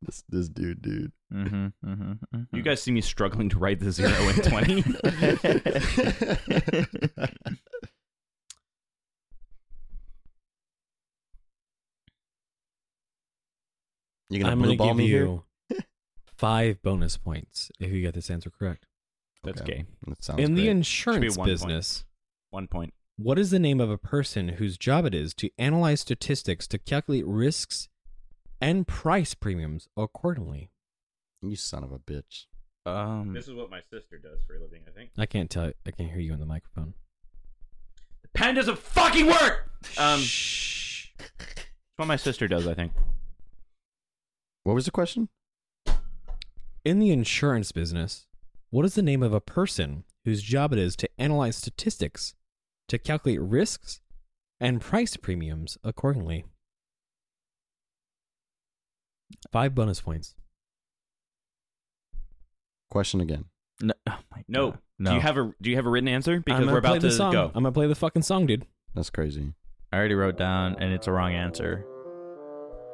Speaker 3: This this
Speaker 2: [LAUGHS]
Speaker 3: dude, dude.
Speaker 4: Mm-hmm. Mm-hmm.
Speaker 1: You guys see me struggling to write the
Speaker 3: [LAUGHS]
Speaker 1: zero and 20.
Speaker 3: You're gonna
Speaker 2: I'm
Speaker 3: blue
Speaker 2: gonna
Speaker 3: ball
Speaker 2: give
Speaker 3: me here.
Speaker 2: you [LAUGHS] five bonus points if you get this answer correct.
Speaker 1: That's
Speaker 3: Okay.
Speaker 1: gay.
Speaker 3: That sounds
Speaker 2: In the
Speaker 3: great.
Speaker 2: insurance
Speaker 1: one point.
Speaker 2: business.
Speaker 1: [LAUGHS] One point.
Speaker 2: What is the name of a person whose job it is to analyze statistics to calculate risks and price premiums accordingly?
Speaker 3: you son of a bitch.
Speaker 4: Um,
Speaker 1: is what my sister does for a living, I think.
Speaker 2: I can't tell. I can't hear you in the microphone.
Speaker 1: The pen doesn't fucking work! Um, It's what my sister does, I think.
Speaker 3: What was the question?
Speaker 2: In the insurance business, what is the name of a person whose job it is to analyze statistics to calculate risks and price premiums accordingly? Five bonus points.
Speaker 3: Question again.
Speaker 4: no, oh my
Speaker 1: No.
Speaker 4: God. no.
Speaker 1: Do you have a Do you have a written answer? Because
Speaker 2: I'm gonna
Speaker 1: we're
Speaker 2: play
Speaker 1: about
Speaker 2: the
Speaker 1: to
Speaker 2: song.
Speaker 1: go.
Speaker 2: I'm gonna play the fucking song, dude.
Speaker 3: That's crazy.
Speaker 4: I already wrote down, and it's a wrong answer.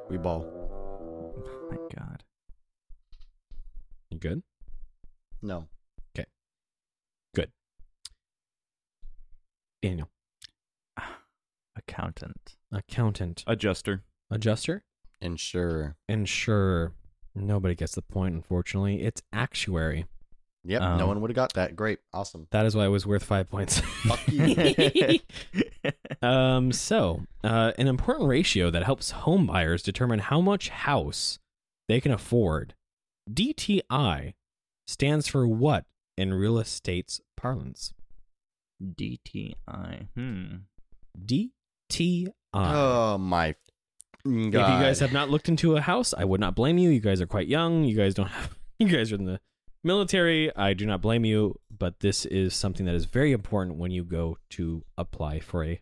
Speaker 3: We ball.
Speaker 4: Oh my God.
Speaker 2: You good?
Speaker 3: No.
Speaker 2: Good. Daniel.
Speaker 4: Accountant. [LAUGHS]
Speaker 2: accountant,
Speaker 1: Adjuster.
Speaker 2: adjuster,
Speaker 3: Insurer.
Speaker 2: insurer. Nobody gets the point, unfortunately. It's actuary.
Speaker 3: Yep.
Speaker 4: Um,
Speaker 3: no one would have got that. Great. Awesome.
Speaker 2: That is why it was worth five
Speaker 1: [LAUGHS]
Speaker 2: points. [LAUGHS]
Speaker 3: Fuck you.
Speaker 2: um, so uh, an important ratio that helps home buyers determine how much house they can afford. DTI stands for what in real estate's parlance?
Speaker 4: DTI. Hmm.
Speaker 2: DTI.
Speaker 3: oh my.
Speaker 2: If
Speaker 3: God.
Speaker 2: you guys have not looked into a house, I would not blame you. You guys are quite young. You guys don't have. [LAUGHS] You guys are in the military. I do not blame you, but this is something that is very important when you go to apply for a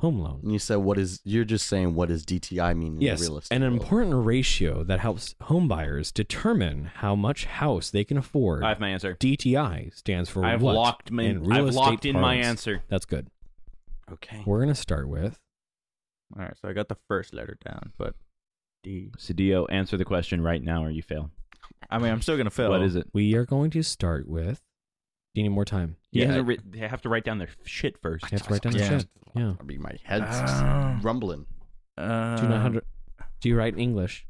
Speaker 2: home loan.
Speaker 3: You said what is? You're just saying what does DTI mean in
Speaker 2: Yes,
Speaker 3: the real estate?
Speaker 2: an
Speaker 3: world?
Speaker 2: important ratio that helps home buyers determine how much house they can afford.
Speaker 1: I have my answer.
Speaker 2: DTI stands for
Speaker 1: I've
Speaker 2: what?
Speaker 1: locked my-
Speaker 2: in real
Speaker 1: I've
Speaker 2: estate
Speaker 1: locked in my
Speaker 2: parlance.
Speaker 1: answer.
Speaker 2: That's good.
Speaker 1: Okay.
Speaker 2: We're gonna start with
Speaker 4: All right, so I got the first letter down, but D.
Speaker 1: Sadio, answer the question right now or you fail.
Speaker 4: I mean, I'm still gonna fail.
Speaker 1: What is it?
Speaker 2: we are going to start with. Do you need more time?
Speaker 1: You
Speaker 4: Yeah.
Speaker 1: have to writ- they have to write down their shit first.
Speaker 2: You have to write down the
Speaker 4: Yeah.
Speaker 2: shit. Yeah.
Speaker 3: I mean, my head's
Speaker 4: Ah.
Speaker 3: rumbling.
Speaker 4: Uh,
Speaker 2: Do you know how to? Do you write in English?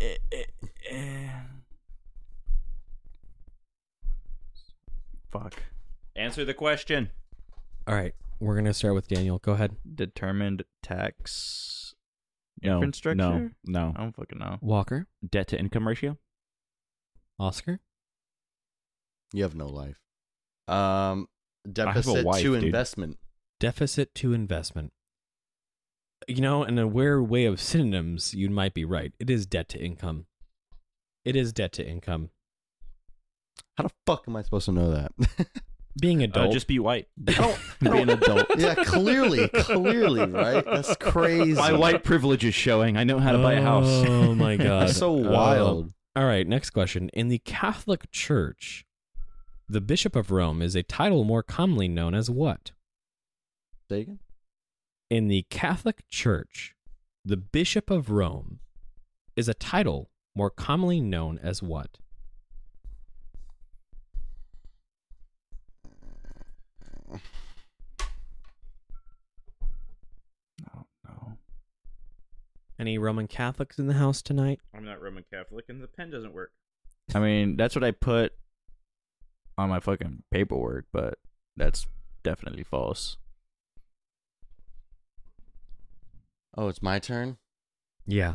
Speaker 4: eh, eh, eh. [SIGHS] Fuck.
Speaker 1: Answer the question.
Speaker 2: All right, we're gonna start with Daniel. Go ahead.
Speaker 4: Determined tax.
Speaker 1: No, no,
Speaker 4: Infrastructure?
Speaker 1: no.
Speaker 4: I
Speaker 2: Oh.
Speaker 4: don't fucking know.
Speaker 2: Walker,
Speaker 1: Debt to income ratio.
Speaker 2: Oscar,
Speaker 3: You have no life. Um,
Speaker 1: Ah. have a
Speaker 3: deficit
Speaker 1: wife,
Speaker 3: to
Speaker 1: dude.
Speaker 3: investment.
Speaker 2: deficit to investment. You know, in a weird way of synonyms, you might be right. It is debt to income. It is debt to income.
Speaker 3: How the fuck am I supposed to know
Speaker 1: [LAUGHS]
Speaker 3: that?
Speaker 2: Being
Speaker 1: Uh,
Speaker 2: adult,
Speaker 1: just
Speaker 4: [LAUGHS]
Speaker 1: be white.
Speaker 3: Be an adult. [LAUGHS] yeah, clearly, clearly, right? That's crazy.
Speaker 1: [LAUGHS] My white privilege is showing. I know how to buy a house. [LAUGHS]
Speaker 2: Oh my god,
Speaker 3: That's so
Speaker 2: Uh,
Speaker 3: wild.
Speaker 2: all right, next question. In the Catholic Church, the Bishop of Rome is a title more commonly known as what?
Speaker 3: Say again?
Speaker 2: In the Catholic Church, the Bishop of Rome is a title more commonly known as what?
Speaker 4: No, no.
Speaker 2: Any Roman Catholics in the house tonight?
Speaker 1: I'm not Roman Catholic, and the pen doesn't work.
Speaker 4: I mean, that's what I put on my fucking paperwork, but that's definitely false.
Speaker 3: Oh, it's my turn.
Speaker 2: Yeah.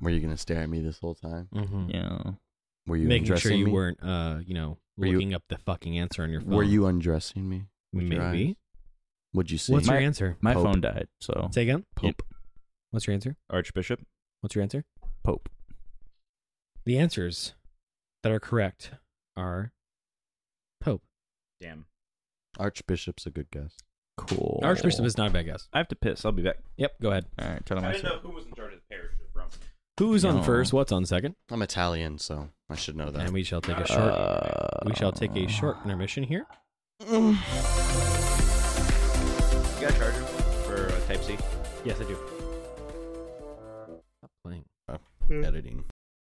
Speaker 3: Were you gonna stare at me this whole time?
Speaker 1: Mm.
Speaker 2: Mm-hmm.
Speaker 4: Yeah.
Speaker 3: Were you
Speaker 2: Making sure
Speaker 3: undressing
Speaker 2: you
Speaker 3: me?
Speaker 2: weren't, uh, you know,
Speaker 3: Were you-
Speaker 2: looking up the fucking answer on your phone.
Speaker 3: Were you undressing me? with your eyes?
Speaker 2: Maybe.
Speaker 3: What'd you see?
Speaker 2: What's your
Speaker 4: My-
Speaker 2: answer?
Speaker 4: My
Speaker 3: Pope.
Speaker 4: phone died, so
Speaker 2: Say again.
Speaker 4: Pope.
Speaker 2: What's your answer?
Speaker 1: Archbishop.
Speaker 2: What's your answer?
Speaker 4: Pope.
Speaker 2: The answers that are correct are Pope.
Speaker 1: Damn.
Speaker 3: Archbishop's a good guess.
Speaker 4: Cool.
Speaker 1: Oh.
Speaker 2: Archbishop is not a bad guess.
Speaker 1: I have to piss. I'll be back.
Speaker 2: Yep, go ahead.
Speaker 4: All right, tell him I said.
Speaker 1: who was in charge of the parish of Rome.
Speaker 2: Who's on
Speaker 4: No.
Speaker 2: first? What's on second?
Speaker 3: I'm Italian, so I should know that.
Speaker 2: And we shall take a short.
Speaker 1: Uh,
Speaker 2: we shall take a short intermission here.
Speaker 1: You got a charger for uh, Type C?
Speaker 2: Yes, I do. Stop playing.
Speaker 3: Editing.